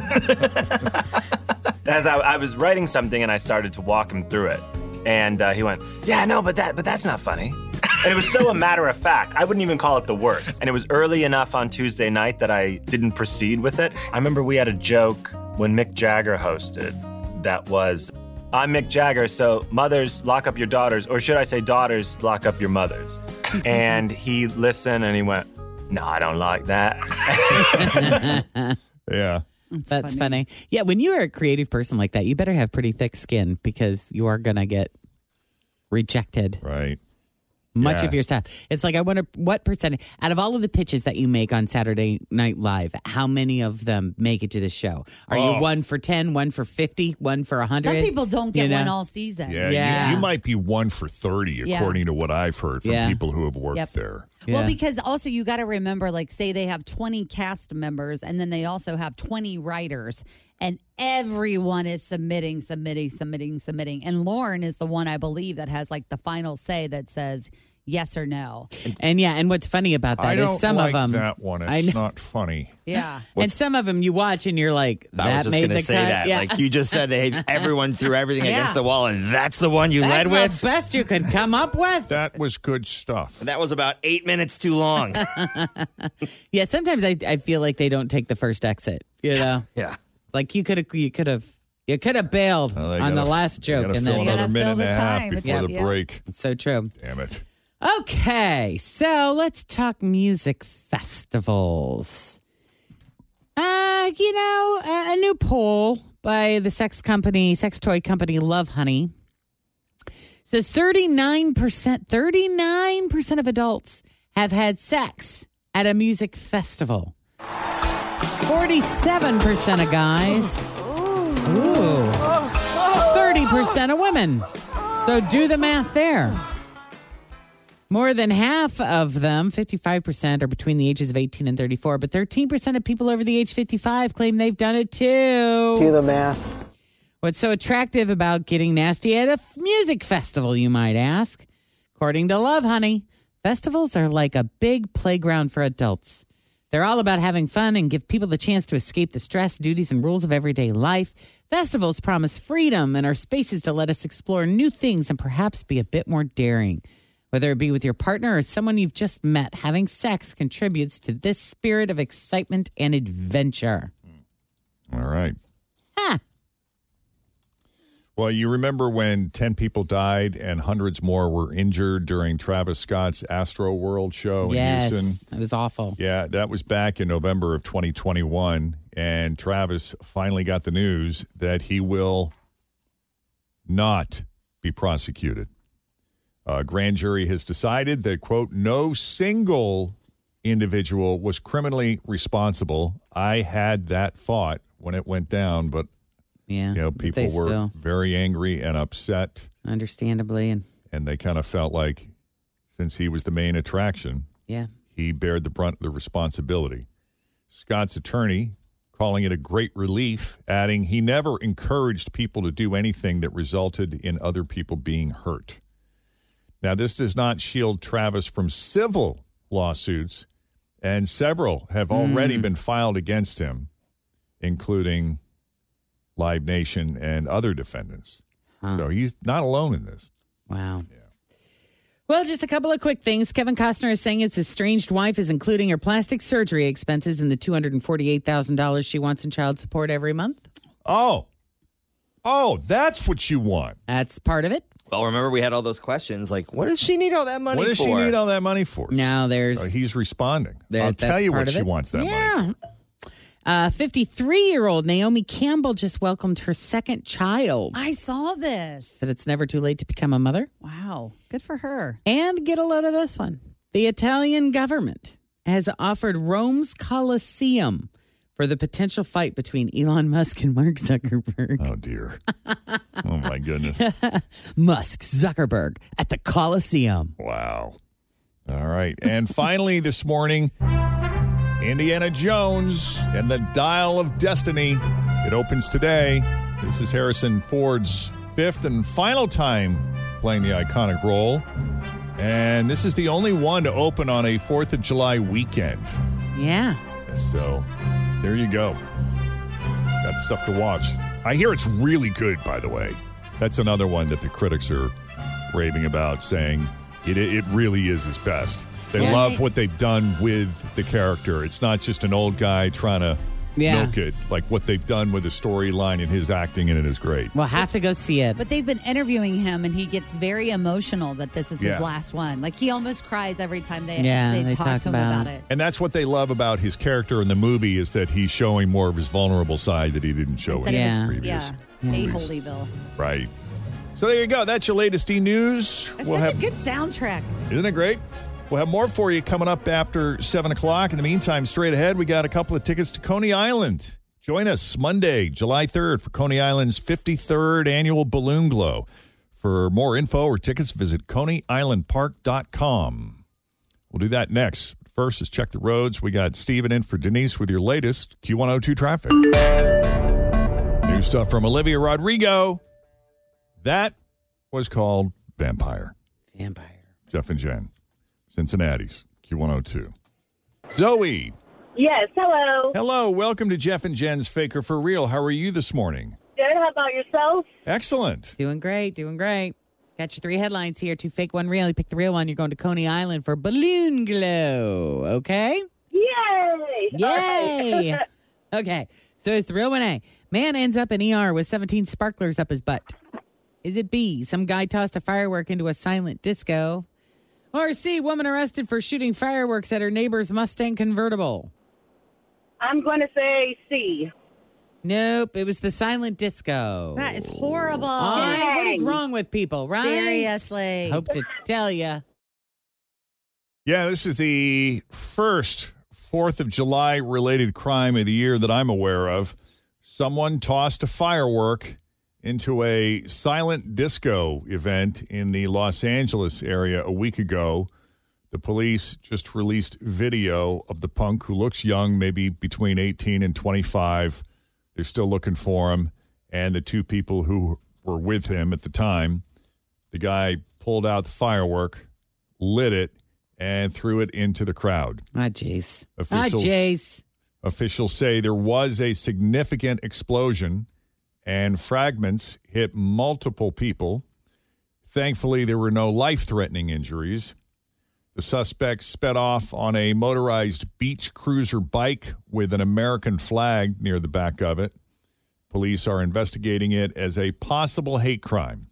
Speaker 10: As I, I was writing something and I started to walk him through it, and uh, he went, "Yeah, no, but that, but that's not funny." and it was so a matter of fact. I wouldn't even call it the worst. And it was early enough on Tuesday night that I didn't proceed with it. I remember we had a joke when Mick Jagger hosted that was, "I'm Mick Jagger, so mothers lock up your daughters, or should I say daughters lock up your mothers?" and he listened and he went, "No, I don't like that."
Speaker 2: yeah.
Speaker 3: That's funny. Yeah. When you are a creative person like that, you better have pretty thick skin because you are going to get rejected.
Speaker 2: Right.
Speaker 3: much
Speaker 2: Yeah.
Speaker 3: of your stuff. It's like I wonder what percentage out of all of the pitches that you make on Saturday Night Live, how many of them make it to the show? Are
Speaker 2: Oh.
Speaker 3: you one for 10, one for 50, one for 100?
Speaker 4: Some people don't get
Speaker 3: you know?
Speaker 4: one all season.
Speaker 2: Yeah.
Speaker 3: Yeah.
Speaker 2: You, you might be one for 30,
Speaker 4: Yeah.
Speaker 2: according to what I've heard from
Speaker 3: Yeah.
Speaker 2: people who have worked
Speaker 4: Yep.
Speaker 2: there.
Speaker 3: Yeah.
Speaker 4: Well, because also you got to remember, like, say they have 20 cast members and then they also have 20 writers, and everyone is submitting, submitting, submitting, submitting. And Lauren is the one, I believe, that has like the final say that says yes or no.
Speaker 3: And yeah, and what's funny about
Speaker 2: I
Speaker 3: that is
Speaker 2: don't
Speaker 3: some
Speaker 2: like
Speaker 3: of them
Speaker 2: that one.
Speaker 3: I
Speaker 2: It's
Speaker 3: know.
Speaker 2: not funny.
Speaker 4: Yeah.
Speaker 3: and some of them you watch and you're like that
Speaker 5: I was just
Speaker 3: made
Speaker 5: going to
Speaker 3: the
Speaker 5: say
Speaker 3: cut.
Speaker 5: that.
Speaker 3: Yeah.
Speaker 5: Like you just said, they everyone threw everything
Speaker 3: Yeah.
Speaker 5: against the wall, and that's the one you
Speaker 3: That's
Speaker 5: led
Speaker 3: the
Speaker 5: with.
Speaker 3: best you could come up with.
Speaker 2: That was good stuff.
Speaker 5: That was about eight minutes too long.
Speaker 3: yeah, sometimes I, I feel like they don't take the first exit. You know,
Speaker 5: yeah.
Speaker 3: like you could have you could have you could have bailed
Speaker 2: Well, Oh, they
Speaker 3: on the
Speaker 2: gotta-
Speaker 3: last
Speaker 2: they
Speaker 3: joke
Speaker 2: gotta
Speaker 3: and
Speaker 2: fill
Speaker 3: then
Speaker 4: gotta
Speaker 2: another minute
Speaker 4: fill
Speaker 2: and
Speaker 4: the
Speaker 2: a half
Speaker 4: time.
Speaker 2: before
Speaker 4: Yep,
Speaker 2: the
Speaker 4: yep.
Speaker 2: break.
Speaker 3: it's so true.
Speaker 2: Damn it.
Speaker 3: Okay, so let's talk music festivals. Uh, you know, a, a new poll by the sex company, sex toy company Love Honey says 39%, 39% of adults have had sex at a music festival. 47% of guys. Ooh. 30% of women. So do the math there. More than half of them, 55%, are between the ages of 18 and 34, but 13% of people over the age 55 claim they've done it too. Do the math. What's so attractive about getting nasty at a f- music festival, you might ask? According to Love Honey, festivals are like a big playground for adults. They're all about having fun and give people the chance to escape the stress, duties, and rules of everyday life. Festivals promise freedom and are spaces to let us explore new things and perhaps be a bit more daring. Whether it be with your partner or someone you've just met, having sex contributes to this spirit of excitement and adventure.
Speaker 2: All right.
Speaker 3: Ha!
Speaker 2: Well, you remember when 10 people died and hundreds more were injured during Travis Scott's Astro World show
Speaker 3: yes,
Speaker 2: Oh, in Houston?
Speaker 3: it was awful.
Speaker 2: Yeah, that was back in November of 2021, and Travis finally got the news that he will not be prosecuted. A grand jury has decided that, quote, no single individual was criminally responsible. I had that thought when it went down, but,
Speaker 3: Yeah,
Speaker 2: you know,
Speaker 3: but they
Speaker 2: people were
Speaker 3: still,
Speaker 2: very angry and upset,
Speaker 3: understandably, and
Speaker 2: and they kind of felt like since he was the main attraction,
Speaker 3: yeah,
Speaker 2: he bared the brunt of the responsibility. Scott's attorney calling it a great relief, adding he never encouraged people to do anything that resulted in other people being hurt. Now, this does not shield Travis from civil lawsuits, and several have already been filed against him, including Live Nation and other defendants. So he's not alone in this.
Speaker 3: Wow. Well, just a couple of quick things. Kevin Costner is saying his estranged wife is including her plastic surgery expenses in the $248,000 she wants in child support every month.
Speaker 2: Oh. Oh, that's what you want.
Speaker 3: That's part of it.
Speaker 5: Well, remember we had all those questions like, what does she need all that money
Speaker 2: What does she
Speaker 5: for?
Speaker 2: need all that money for? Uh,
Speaker 3: Now there's.
Speaker 2: he's responding.
Speaker 3: There-
Speaker 2: I'll
Speaker 3: that's
Speaker 2: tell you
Speaker 3: part
Speaker 2: what
Speaker 3: of
Speaker 2: she
Speaker 3: it.
Speaker 2: Oh, wants that money.
Speaker 3: Yeah. Uh, 53 year old Naomi Campbell just welcomed her second child.
Speaker 4: I saw this.
Speaker 3: Said it's never too late to become a mother.
Speaker 4: Wow. Good for her.
Speaker 3: And get a load of this one. The Italian government has offered Rome's Colosseum for the potential fight between Elon Musk and Mark Zuckerberg.
Speaker 2: Oh, dear. oh, my goodness.
Speaker 3: Musk Zuckerberg at the Coliseum.
Speaker 2: Wow. All right. And finally, this morning, Indiana Jones and the Dial of Destiny. It opens today. This is Harrison Ford's fifth and final time playing the iconic role. And this is the only one to open on a 4th of July weekend.
Speaker 3: Yeah.
Speaker 2: So there you go. Got stuff to watch. I hear it's really good, by the way. That's another one that the critics are raving about, saying it, it really is his best. They
Speaker 3: Yeah,
Speaker 2: love
Speaker 3: they-
Speaker 2: what they've done with the character. It's not just an old guy trying to
Speaker 3: Yeah.
Speaker 2: milk it. Like what they've done with the storyline and his acting in it is great.
Speaker 3: We'll have to go see it.
Speaker 4: But they've been interviewing him, and he gets very emotional that this is
Speaker 2: Yeah.
Speaker 4: his last one. Like he almost cries every time they
Speaker 3: Yeah,
Speaker 4: they,
Speaker 3: they
Speaker 4: talk,
Speaker 3: talk
Speaker 4: to him
Speaker 3: about
Speaker 4: about
Speaker 3: it.
Speaker 4: it.
Speaker 2: And that's what they love about his character in the movie is that he's showing more of his vulnerable side that he didn't show
Speaker 4: Instead
Speaker 2: in his
Speaker 4: of his,
Speaker 2: previous
Speaker 4: yeah,
Speaker 2: movies.
Speaker 4: a holyville.
Speaker 2: Right. So there you go. That's your latest D news.
Speaker 4: That's such a good soundtrack.
Speaker 2: Isn't it great? We'll have more for you coming up after 7 o'clock. In the meantime, straight ahead, we got a couple of tickets to Coney Island. Join us Monday, July 3rd for Coney Island's 53rd annual Balloon Glow. For more info or tickets, visit coneyislandpark.com. We'll do that next. First is check the roads. We got Steven in for Denise with your latest Q102 traffic. New stuff from Olivia Rodrigo. That was called Vampire.
Speaker 3: Vampire.
Speaker 2: Jeff and Jen, Cincinnati's Q102. Zoe,
Speaker 11: Yes, hello.
Speaker 2: hello. Welcome to Jeff and Jen's Faker for Real. How are you this morning?
Speaker 11: Good. How about yourself?
Speaker 2: Excellent.
Speaker 3: Doing great, doing great. Got your three headlines here two fake, one real. You pick the real one. You're going to Coney Island for Balloon Glow. Okay?
Speaker 11: Yay!
Speaker 3: Yay! okay. So it's the real one A. Man ends up in ER with 17 sparklers up his butt. Is it B? Some guy tossed a firework into a silent disco. Or C? Woman arrested for shooting fireworks at her neighbor's Mustang convertible.
Speaker 11: I'm going to say C.
Speaker 3: Nope. It was the silent disco.
Speaker 4: That is horrible.
Speaker 3: Why? What is wrong with people, right?
Speaker 4: Seriously.
Speaker 3: Hope to tell you.
Speaker 2: Yeah, this is the first 4th of July related crime of the year that I'm aware of. Someone tossed a firework into a silent disco event in the Los Angeles area a week ago. The police just released video of the punk who looks young, maybe between 18 and 25. They're still looking for him. And the two people who were with him at the time. The guy pulled out the firework, lit it, and threw it into the crowd.
Speaker 3: Ah, jeez. Ah,
Speaker 2: Officials,
Speaker 3: jeez.
Speaker 2: officials say there was a significant explosion and fragments hit multiple people. Thankfully, there were no life threatening injuries. The suspect sped off on a motorized beach cruiser bike with an American flag near the back of it. Police are investigating it as a possible hate crime.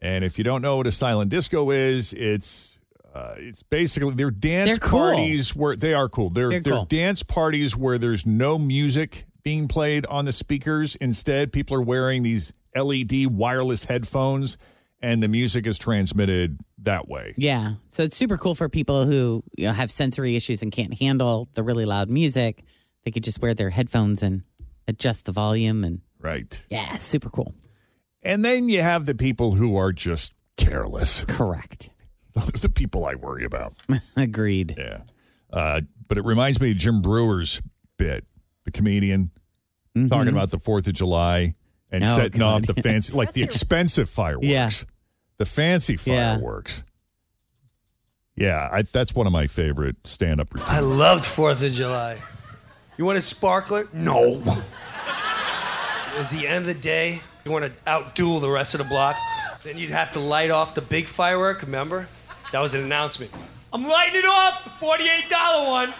Speaker 2: And if you don't know what a silent disco is, it's uh, it's basically they're dance
Speaker 3: They're cool.
Speaker 2: parties where they are cool. They're
Speaker 3: They're
Speaker 2: they're,
Speaker 3: cool.
Speaker 2: dance parties where there's no music being played on the speakers. Instead, people are wearing these LED wireless headphones, and the music is transmitted that way.
Speaker 3: Yeah. So it's super cool for people who you know, have sensory issues and can't handle the really loud music. They could just wear their headphones and adjust the volume. And
Speaker 2: Right.
Speaker 3: yeah, super cool.
Speaker 2: And then you have the people who are just careless.
Speaker 3: Correct.
Speaker 2: Those are the people I worry about.
Speaker 3: Agreed.
Speaker 2: Yeah. Uh, but it reminds me of Jim Brewer's bit, the comedian, talking about the 4th of July and
Speaker 3: Mm-hmm. Oh,
Speaker 2: setting off the
Speaker 3: God.
Speaker 2: fancy, like the expensive fireworks,
Speaker 3: Yeah.
Speaker 2: the fancy
Speaker 3: Yeah.
Speaker 2: fireworks. Yeah, I, that's one of my favorite stand up routines.
Speaker 12: I loved Fourth of July. You want a sparkler? No. At the end of the day, You want to outduel the rest of the block. Then you'd have to light off the big firework, remember? That was an announcement. I'm lighting it off, the $48 one.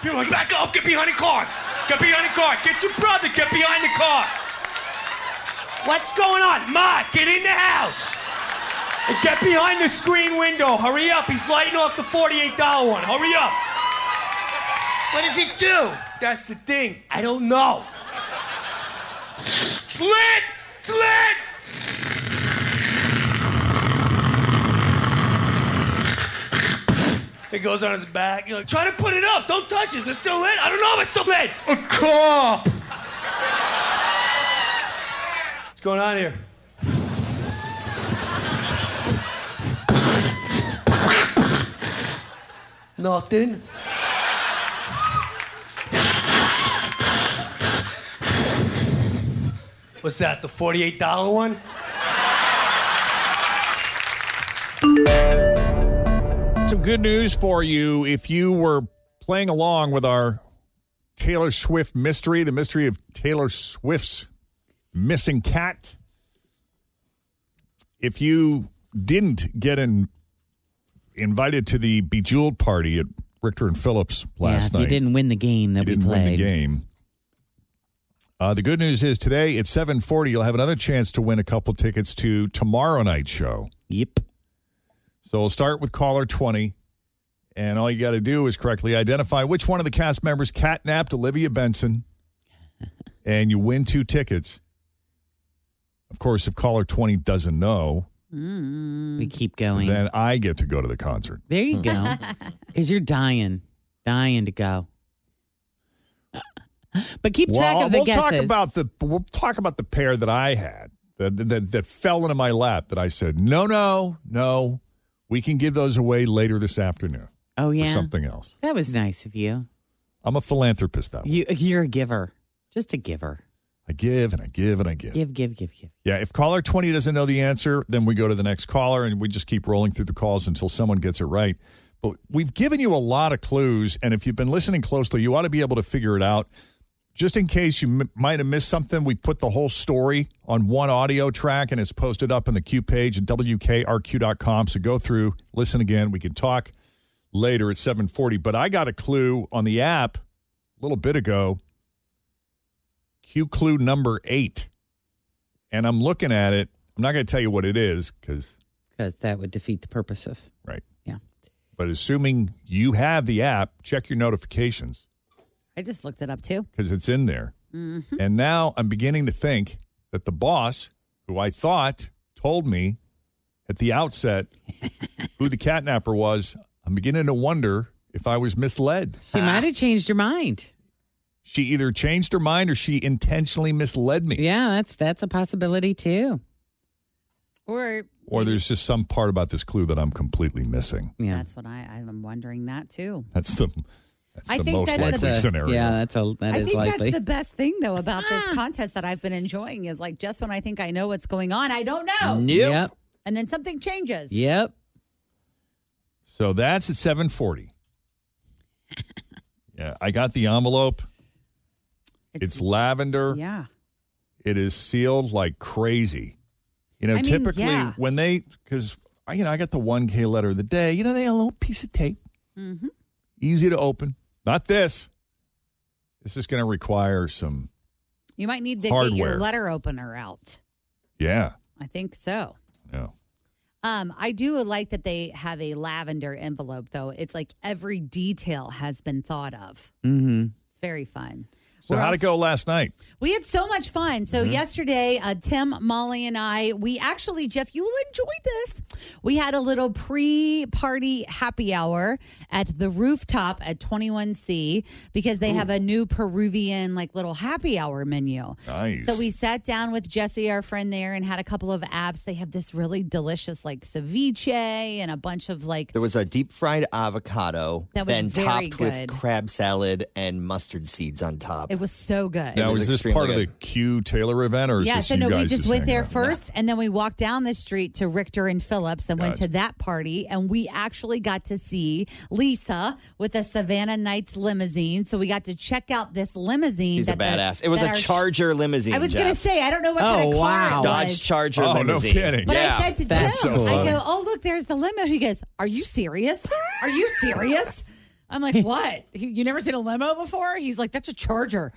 Speaker 12: People are like, back up, get behind the car. Get behind the car. Get your brother, get behind the car. What's going on? Ma, get in the house. And get behind the screen window. Hurry up. He's lighting off the $48 one. Hurry up. What does it do? That's the thing. I don't know. It's lit! It's lit! It goes on his back. You're like, try to put it up. Don't touch it. Is it still lit? I don't know if it's still lit. A cop. What's going on here? Nothing. What's that? The forty-eight dollar one?
Speaker 2: Some good news for you if you were playing along with our Taylor Swift mystery, the mystery of Taylor Swift's missing cat. If you didn't get in, invited to the Bejeweled party at Richter and Phillips
Speaker 3: yeah,
Speaker 2: last
Speaker 3: if
Speaker 2: night,
Speaker 3: you didn't win the game that
Speaker 2: you
Speaker 3: we
Speaker 2: didn't
Speaker 3: played.
Speaker 2: win the game. Uh, the good news is today at 7:40 you'll have another chance to win a couple tickets to tomorrow night's show.
Speaker 3: Yep.
Speaker 2: So we'll start with caller 20 and all you got to do is correctly identify which one of the cast members catnapped Olivia Benson and you win two tickets. Of course, if caller 20 doesn't know,
Speaker 3: We keep going.
Speaker 2: then I get to go to the concert.
Speaker 3: there you go. Because you're dying, dying to go. But keep track
Speaker 2: Well,
Speaker 3: of the
Speaker 2: we'll
Speaker 3: guesses.
Speaker 2: talk about the we'll talk about the pair that I had that, that that fell into my lap that I said no no no we can give those away later this afternoon
Speaker 3: oh
Speaker 2: or
Speaker 3: yeah,
Speaker 2: something else.
Speaker 3: That was nice of you.
Speaker 2: I'm a philanthropist that way.
Speaker 3: You you're a giver, just a giver.
Speaker 2: I give and I give and I give.
Speaker 3: Give give give give.
Speaker 2: Yeah, if caller 20 doesn't know the answer, then we go to the next caller and we just keep rolling through the calls until someone gets it right. But we've given you a lot of clues, and if you've been listening closely, you ought to be able to figure it out. Just in case you m- might have missed something, we put the whole story on one audio track and it's posted up on the Q page at wkrq.com. So go through, listen again. We can talk later at 740. But I got a clue on the app a little bit ago. Q clue number eight and I'm looking at it. I'm not going to tell you what it is because,
Speaker 3: Because that would defeat the purpose of.
Speaker 2: right.
Speaker 3: Yeah.
Speaker 2: But assuming you have the app, check your notifications
Speaker 4: I just looked it up too.
Speaker 2: because it's in there.
Speaker 3: Mm-hmm.
Speaker 2: And now I'm beginning to think that the boss, who I thought told me at the outset who the catnapper was, I'm beginning to wonder if I was misled.
Speaker 3: She might have changed her mind.
Speaker 2: She either changed her mind or she intentionally misled me.
Speaker 3: Yeah, that's that's a possibility too.
Speaker 4: Or
Speaker 2: Or there's just some part about this clue that I'm completely missing.
Speaker 3: Yeah.
Speaker 4: that's what I I'm wondering that too.
Speaker 2: That's the that's
Speaker 4: I
Speaker 2: the
Speaker 4: think
Speaker 2: most
Speaker 4: that's
Speaker 2: likely
Speaker 4: the-
Speaker 2: scenario.
Speaker 3: Yeah, that's a that
Speaker 4: I
Speaker 3: is
Speaker 4: think
Speaker 3: likely. Ah.
Speaker 4: that's the best thing though about this contest that I've been enjoying is like just when I think I know what's going on, I don't know.
Speaker 3: Mm. Yep.
Speaker 4: And then something changes.
Speaker 3: Yep.
Speaker 2: So that's at 740. yeah, I got the envelope. It's, lavender.
Speaker 4: Yeah.
Speaker 2: It is sealed like crazy. You know,
Speaker 4: I mean,
Speaker 2: typically
Speaker 4: yeah.
Speaker 2: when they cuz I you know, I got the 1K letter of the day. You know, they have a little piece of tape.
Speaker 4: Mm-hmm.
Speaker 2: Easy to open. Not this. This is going to require some
Speaker 4: You might need to get your
Speaker 2: Hardware.
Speaker 4: letter opener out.
Speaker 2: yeah.
Speaker 4: I think so.
Speaker 2: No.
Speaker 4: Um, I do like that they have a lavender envelope though. It's like every detail has been thought of.
Speaker 3: Mm-hmm.
Speaker 4: It's very fun.
Speaker 2: So how'd it go last night?
Speaker 4: We had so much fun. So yesterday, uh, Tim, Molly, and I, we actually, Jeff, you will enjoy this. We had a little pre-party happy hour at the rooftop at 21C because they have a new Peruvian like little happy hour menu.
Speaker 2: Nice.
Speaker 4: So we sat down with Jesse, our friend there, and had a couple of apps. They have this really delicious like ceviche and a bunch of like
Speaker 5: There was a deep fried avocado,
Speaker 4: That was
Speaker 5: then
Speaker 4: very
Speaker 5: topped
Speaker 4: good.
Speaker 5: with crab salad and mustard seeds on top.
Speaker 4: It was so good.
Speaker 2: Now, is this part of the Q Taylor event, or is
Speaker 4: yeah,
Speaker 2: this
Speaker 4: so
Speaker 2: you
Speaker 4: no,
Speaker 2: guys
Speaker 4: we just went
Speaker 2: hanging
Speaker 4: there
Speaker 2: out?
Speaker 4: first, and then we walked down the street to Richter and Phillips, and went
Speaker 2: Gotcha.
Speaker 4: to that party, and we actually got to see Lisa with a Savannah Nights limousine. So we got to check out this limousine.
Speaker 5: He's a
Speaker 4: that the-
Speaker 5: badass. It was
Speaker 4: that
Speaker 5: a
Speaker 4: our-
Speaker 5: Charger limousine.
Speaker 4: I was
Speaker 5: Jeff.
Speaker 4: gonna say I don't know what kind of car it
Speaker 5: Dodge
Speaker 4: was.
Speaker 5: Charger
Speaker 2: Oh, no
Speaker 5: limousine.
Speaker 2: kidding.
Speaker 4: But
Speaker 5: yeah.
Speaker 4: I said to Tim, I go, "Oh look, there's the limo." He goes, "Are you serious? Are you serious?" I'm like, "What? He- You never seen a limo before?" He's like, "That's a Charger."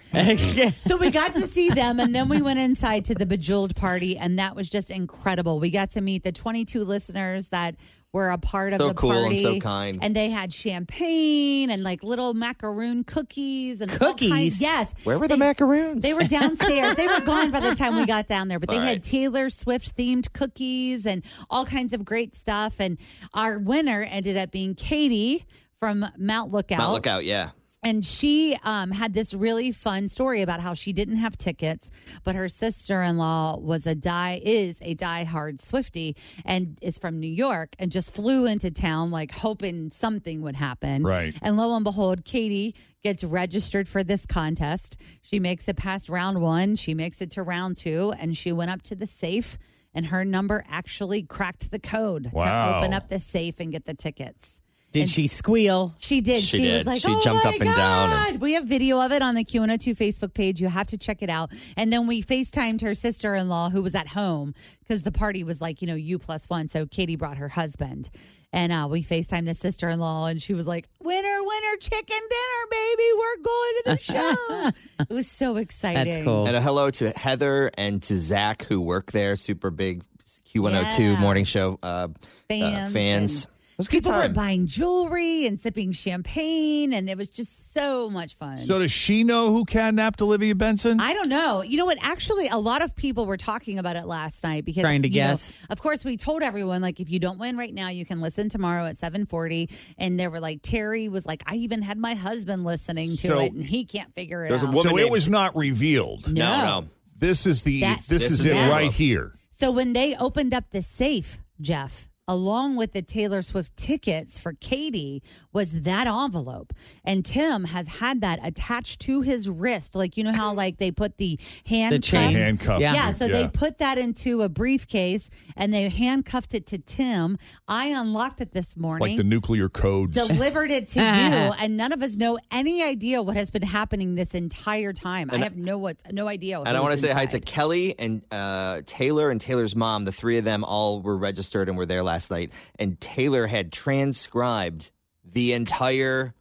Speaker 4: so we got to see them, and then we went inside to the Bejeweled party, and that was just incredible. We got to meet the 22 listeners that were a part of
Speaker 5: So
Speaker 4: the
Speaker 5: cool and
Speaker 4: party,
Speaker 5: so kind.
Speaker 4: and they had champagne and like little macaroon cookies and all
Speaker 3: Cookies?
Speaker 4: kinds- Yes,
Speaker 5: Where were the
Speaker 4: They-
Speaker 5: macaroons?
Speaker 4: They were downstairs. they were gone by the time we got down there, but they
Speaker 5: All
Speaker 4: had
Speaker 5: right.
Speaker 4: Taylor Swift themed cookies and all kinds of great stuff. And our winner ended up being Katie from Mount Lookout.
Speaker 5: Mount Lookout, yeah.
Speaker 4: And she um, had this really fun story about how she didn't have tickets, but her sister in law was a die is a diehard Swifty and is from New York and just flew into town like hoping something would happen.
Speaker 13: Right.
Speaker 4: And lo and behold, Katie gets registered for this contest. She makes it past round one. She makes it to round two, and she went up to the safe. And her number actually cracked the code to
Speaker 3: Wow.
Speaker 4: open up the safe and get the tickets.
Speaker 3: Did she squeal?
Speaker 4: She did. She, was like, "Oh my God!" We have video of it on the QN02 Facebook page. You have to check it out. And then we FaceTimed her sister-in-law who was at home because the party was like, you know, you plus one. So Katie brought her husband, and uh, we FaceTimed the sister-in-law, and she was like, "Winner, winner, chicken dinner, baby. We're going to the show." it was so exciting.
Speaker 5: And a hello to Heather and to Zach who work there. Super big Q102
Speaker 4: Yeah.
Speaker 5: morning show uh,
Speaker 4: Fans
Speaker 5: Uh, fans.
Speaker 4: and
Speaker 5: It was a good
Speaker 4: People were
Speaker 5: time.
Speaker 4: buying jewelry and sipping champagne, and it was just so much fun.
Speaker 2: So does she know who kidnapped Olivia Benson?
Speaker 4: I don't know. You know what? Actually, a lot of people were talking about it last night because
Speaker 3: Trying to
Speaker 4: you know,
Speaker 3: guess.
Speaker 4: of course, we told everyone like if you don't win right now, you can listen tomorrow at seven forty. And they were like, Terry was like, I even had my husband listening to
Speaker 2: So-
Speaker 4: it, and he can't figure it out.
Speaker 2: so it was not revealed.
Speaker 4: No. No, no.
Speaker 2: This is the
Speaker 4: That-
Speaker 2: this,
Speaker 4: This
Speaker 2: is,
Speaker 4: is
Speaker 2: it
Speaker 4: the
Speaker 2: right
Speaker 4: proof.
Speaker 2: here.
Speaker 4: So when they opened up the safe, Jeff, along with the Taylor Swift tickets for Katie, was that envelope. And Tim has had that attached to his wrist. Like, you know how, like, they put the handcuffs?
Speaker 2: chain. Handcuff.
Speaker 4: Yeah.
Speaker 2: Yeah.
Speaker 4: so
Speaker 2: Yeah.
Speaker 4: they put that into a briefcase and they handcuffed it to Tim. I unlocked it this
Speaker 2: It's
Speaker 4: morning
Speaker 2: like the nuclear codes.
Speaker 4: delivered it to you, and none of us know any idea what has been happening this entire time. I
Speaker 5: And-
Speaker 4: have no what, no idea. What
Speaker 5: And I
Speaker 4: was
Speaker 5: want to say hi
Speaker 4: inside.
Speaker 5: to Kelly and uh, Taylor and Taylor's mom. The three of them all were registered and were there last night. And Taylor had transcribed the entire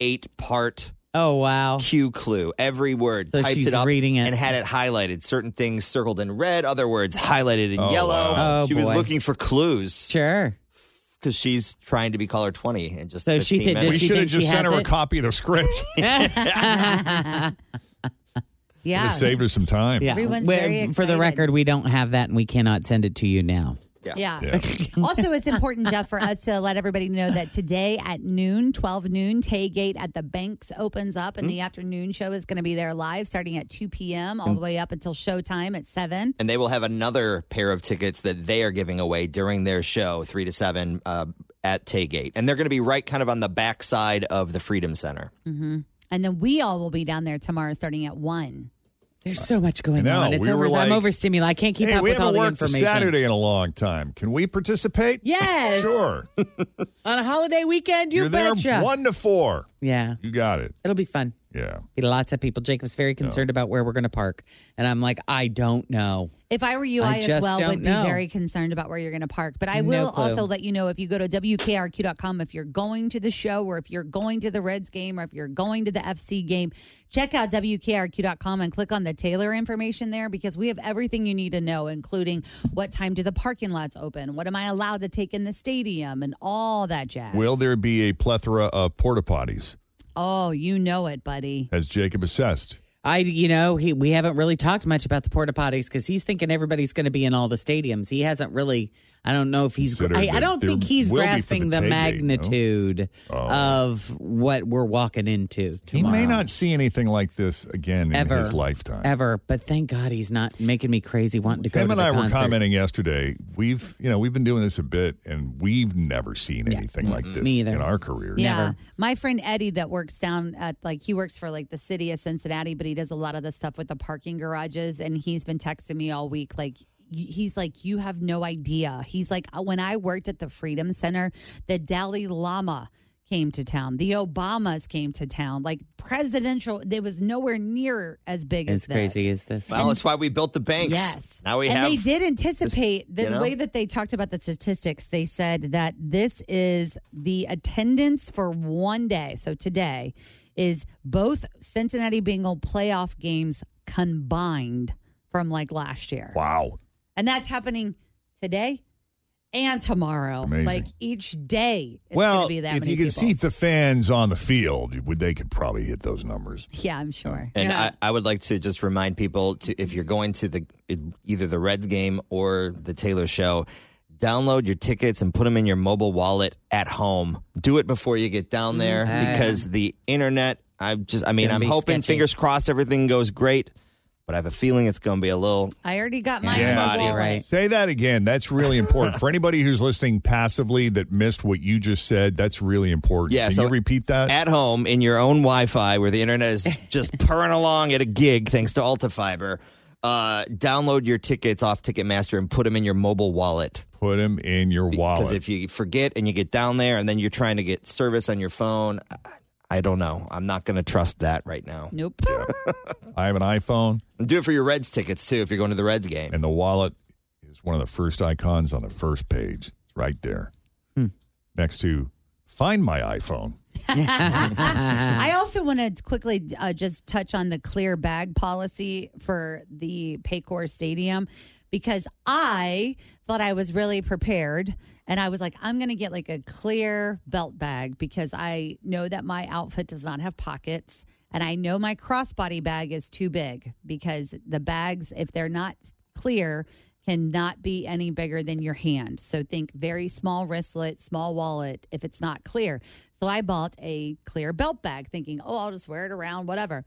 Speaker 5: eight part.
Speaker 3: Oh wow!
Speaker 5: Q clue every word
Speaker 3: So
Speaker 5: typed
Speaker 3: she's
Speaker 5: it up
Speaker 3: reading it.
Speaker 5: and had it highlighted. Certain things circled in red, other words highlighted in
Speaker 3: Oh,
Speaker 5: yellow.
Speaker 3: wow. Oh,
Speaker 5: she
Speaker 3: boy.
Speaker 5: was looking for clues.
Speaker 3: Sure,
Speaker 5: because she's trying to be caller twenty and just.
Speaker 3: So she
Speaker 5: 15
Speaker 3: could- does
Speaker 5: minutes.
Speaker 3: she We shoulda think she just sent has her a it?
Speaker 2: copy of the script.
Speaker 4: yeah.
Speaker 2: It saved her some time.
Speaker 3: yeah.
Speaker 4: Everyone's
Speaker 3: Well,
Speaker 4: very
Speaker 3: for the
Speaker 4: excited.
Speaker 3: record, we don't have that, and we cannot send it to you now.
Speaker 4: Yeah. also, it's important, Jeff, for us to let everybody know that today at noon, 12 noon, Taygate at the Banks opens up, and the afternoon show is going to be there live starting at 2 p.m. all the way up until showtime at 7.
Speaker 5: And they will have another pair of tickets that they are giving away during their show, three to seven, uh, at Taygate, and they're going to be right kind of on the back side of the Freedom Center.
Speaker 4: hmm And then we all will be down there tomorrow starting at 1.
Speaker 3: There's so much going
Speaker 2: know.
Speaker 3: on. It's
Speaker 2: We were
Speaker 3: over.
Speaker 2: like,
Speaker 3: I'm overstimulated. I can't keep
Speaker 2: hey,
Speaker 3: up
Speaker 2: we
Speaker 3: with all
Speaker 2: haven't
Speaker 3: the
Speaker 2: worked a
Speaker 3: information.
Speaker 2: Saturday in a long time. Can we participate?
Speaker 3: Yes.
Speaker 2: Sure.
Speaker 3: On a holiday weekend, you
Speaker 2: You're there
Speaker 3: betcha.
Speaker 2: one to four.
Speaker 3: Yeah.
Speaker 2: You got it.
Speaker 3: It'll be fun.
Speaker 2: Yeah.
Speaker 3: Be lots of people. Jacob's very concerned about where we're going to park, and I'm like, I don't know.
Speaker 4: If I were you,
Speaker 3: I
Speaker 4: I, as
Speaker 3: just
Speaker 4: well
Speaker 3: don't
Speaker 4: would
Speaker 3: know.
Speaker 4: be very concerned about where you're going to park. But I
Speaker 3: No
Speaker 4: will
Speaker 3: clue.
Speaker 4: also let you know if you go to WKRQ.com, if you're going to the show or if you're going to the Reds game or if you're going to the FC game, check out WKRQ.com and click on the Taylor information there because we have everything you need to know, including what time do the parking lots open? What am I allowed to take in the stadium and all that jazz?
Speaker 2: Will there be a plethora of porta potties,
Speaker 4: Oh, you know it, buddy.
Speaker 2: as Jacob assessed?
Speaker 3: I, you know, he, we haven't really talked much about the porta potties because he's thinking everybody's going to be in all the stadiums. He hasn't really. I don't know if he's.
Speaker 2: Consider
Speaker 3: I, I
Speaker 2: that
Speaker 3: don't
Speaker 2: there
Speaker 3: think he's
Speaker 2: will be for
Speaker 3: grasping
Speaker 2: the
Speaker 3: the,
Speaker 2: taking, no? Oh.
Speaker 3: magnitude of what we're walking into.
Speaker 2: He
Speaker 3: Tomorrow.
Speaker 2: may not see anything like this again
Speaker 3: ever
Speaker 2: in his lifetime.
Speaker 3: ever. But thank God he's not making me crazy wanting to go.
Speaker 2: Tim
Speaker 3: to
Speaker 2: and
Speaker 3: the
Speaker 2: I
Speaker 3: concert.
Speaker 2: were commenting yesterday. We've, you know, we've been doing this a bit, and we've never seen anything like this
Speaker 3: Me either.
Speaker 2: in our careers.
Speaker 4: Yeah. My friend Eddie that works down at like he works for like the city of Cincinnati, but he does a lot of the stuff with the parking garages and he's been texting me all week like y- he's like you have no idea. He's like "Uh, when I worked at the Freedom Center, the Dalai Lama came to town. The Obamas came to town. Like presidential there was nowhere near as big as,
Speaker 3: As
Speaker 4: this.
Speaker 3: crazy as this.
Speaker 5: Well, that's why we built the banks.
Speaker 4: Yes.
Speaker 5: Now we
Speaker 4: and
Speaker 5: have.
Speaker 4: they did anticipate the
Speaker 5: you know?
Speaker 4: way that they talked about the statistics. They said that this is the attendance for one day. So today is both Cincinnati Bengal playoff games combined from like last year.
Speaker 2: Wow.
Speaker 4: And that's happening today and tomorrow.
Speaker 2: amazing.
Speaker 4: Like each day it's
Speaker 2: well,
Speaker 4: gonna be that
Speaker 2: if
Speaker 4: many
Speaker 2: you could
Speaker 4: people.
Speaker 2: see the fans on the field, would they could probably hit those numbers.
Speaker 4: Yeah, I'm sure.
Speaker 5: And
Speaker 4: Yeah.
Speaker 5: I, I would like to just remind people to if you're going to the either the Reds game or the Taylor show, download your tickets and put them in your mobile wallet at home. Do it before you get down there
Speaker 3: Mm.
Speaker 5: because the internet. I just, I mean,
Speaker 3: Gonna
Speaker 5: I'm
Speaker 3: be
Speaker 5: hoping
Speaker 3: sketchy.
Speaker 5: fingers crossed everything goes great, but I have a feeling it's going to be a little.
Speaker 4: I already got mine in
Speaker 5: Yeah.
Speaker 4: the wallet.
Speaker 5: Right.
Speaker 2: Say that again. That's really important for anybody who's listening passively that missed what you just said. That's really important.
Speaker 5: Yeah,
Speaker 2: Can
Speaker 5: so
Speaker 2: you repeat that?
Speaker 5: At home in your own Wi-Fi, where the internet is just purring along at a gig, thanks to Alta Fiber. Uh, download your tickets off Ticketmaster and put them in your mobile wallet.
Speaker 2: Put them in your
Speaker 5: Because
Speaker 2: wallet.
Speaker 5: if you forget and you get down there and then you're trying to get service on your phone, I, I don't know. I'm not going to trust that right now.
Speaker 4: Nope.
Speaker 2: I have an iPhone,
Speaker 5: And do it for your Reds tickets too if you're going to the Reds game.
Speaker 2: and the wallet is one of the first icons on the first page. It's right there, next to "Find My iPhone."
Speaker 4: I also want to quickly uh, just touch on the clear bag policy for the Paycor Stadium because I thought I was really prepared. And I was like, I'm going to get like a clear belt bag because I know that my outfit does not have pockets. And I know my crossbody bag is too big because the bags, if they're not clear, cannot be any bigger than your hand. So think very small wristlet, small wallet if it's not clear. So I bought a clear belt bag thinking, oh, I'll just wear it around, whatever.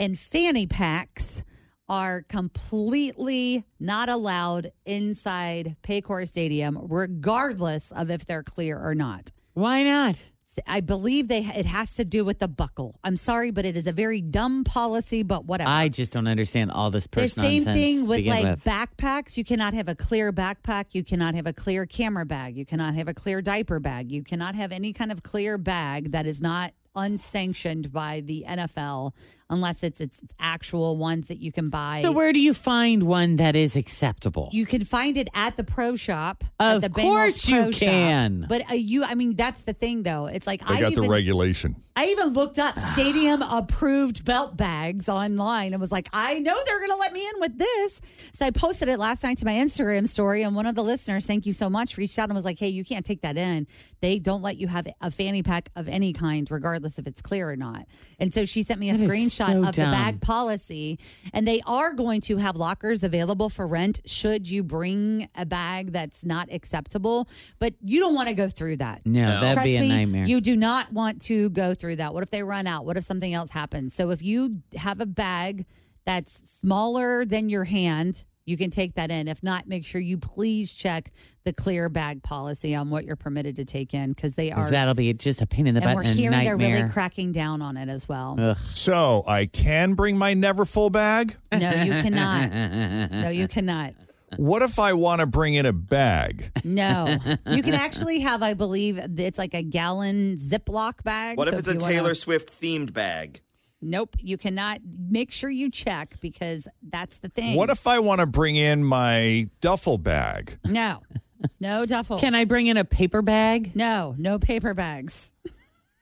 Speaker 4: And fanny packs are completely not allowed inside Paycor Stadium, regardless of if they're clear or not.
Speaker 3: Why not?
Speaker 4: I believe they it has to do with the buckle. I'm sorry, but it is a very dumb policy, but whatever.
Speaker 3: I just don't understand all this
Speaker 4: The
Speaker 3: personal
Speaker 4: same
Speaker 3: nonsense
Speaker 4: thing
Speaker 3: to
Speaker 4: with
Speaker 3: begin
Speaker 4: like
Speaker 3: with.
Speaker 4: backpacks. You cannot have a clear backpack. You cannot have a clear camera bag. You cannot have a clear diaper bag. You cannot have any kind of clear bag that is not unsanctioned by the NFL unless it's its actual ones that you can buy.
Speaker 3: So where do you find one that is acceptable?
Speaker 4: You can find it at the pro shop.
Speaker 3: Of
Speaker 4: at the Bengals
Speaker 3: course you
Speaker 4: pro shop.
Speaker 3: can.
Speaker 4: But uh, you, I mean, that's the thing though. It's like
Speaker 2: They
Speaker 4: I
Speaker 2: got
Speaker 4: even,
Speaker 2: the regulation.
Speaker 4: I even looked up stadium approved belt bags online and was like, I know they're going to let me in with this. So I posted it last night to my Instagram story. And one of the listeners, thank you so much, reached out and was like, Hey, you can't take that in. They don't let you have a fanny pack of any kind, regardless if it's clear or not. And so she sent me a
Speaker 3: That is
Speaker 4: screenshot
Speaker 3: so
Speaker 4: of the
Speaker 3: dumb.
Speaker 4: bag policy. And they are going to have lockers available for rent should you bring a bag that's not acceptable. But you don't want to go through that.
Speaker 3: No, that'd
Speaker 4: Trust
Speaker 3: be a
Speaker 4: me,
Speaker 3: nightmare.
Speaker 4: You do not want to go through that. What if they run out? What if something else happens? So if you have a bag that's smaller than your hand, you can take that in. If not, make sure you please check the clear bag policy on what you're permitted to take in because they
Speaker 3: 'Cause
Speaker 4: are.
Speaker 3: that'll be just a pain in the
Speaker 4: and
Speaker 3: butt
Speaker 4: we're
Speaker 3: and a
Speaker 4: hearing
Speaker 3: nightmare.
Speaker 4: they're really cracking down on it as well.
Speaker 2: So I can bring my never full bag.
Speaker 4: No, you cannot. No, you cannot.
Speaker 2: What if I want to bring in a bag?
Speaker 4: No, you can actually have, I believe, it's like a gallon Ziploc bag.
Speaker 5: What if
Speaker 4: So
Speaker 5: it's a
Speaker 4: you wanna-
Speaker 5: Taylor Swift themed bag?
Speaker 4: Nope, you cannot. Make sure you check because that's the thing.
Speaker 2: What if I want to bring in my duffel bag?
Speaker 4: No, no duffel.
Speaker 3: Can I bring in a paper bag?
Speaker 4: No, no paper bags.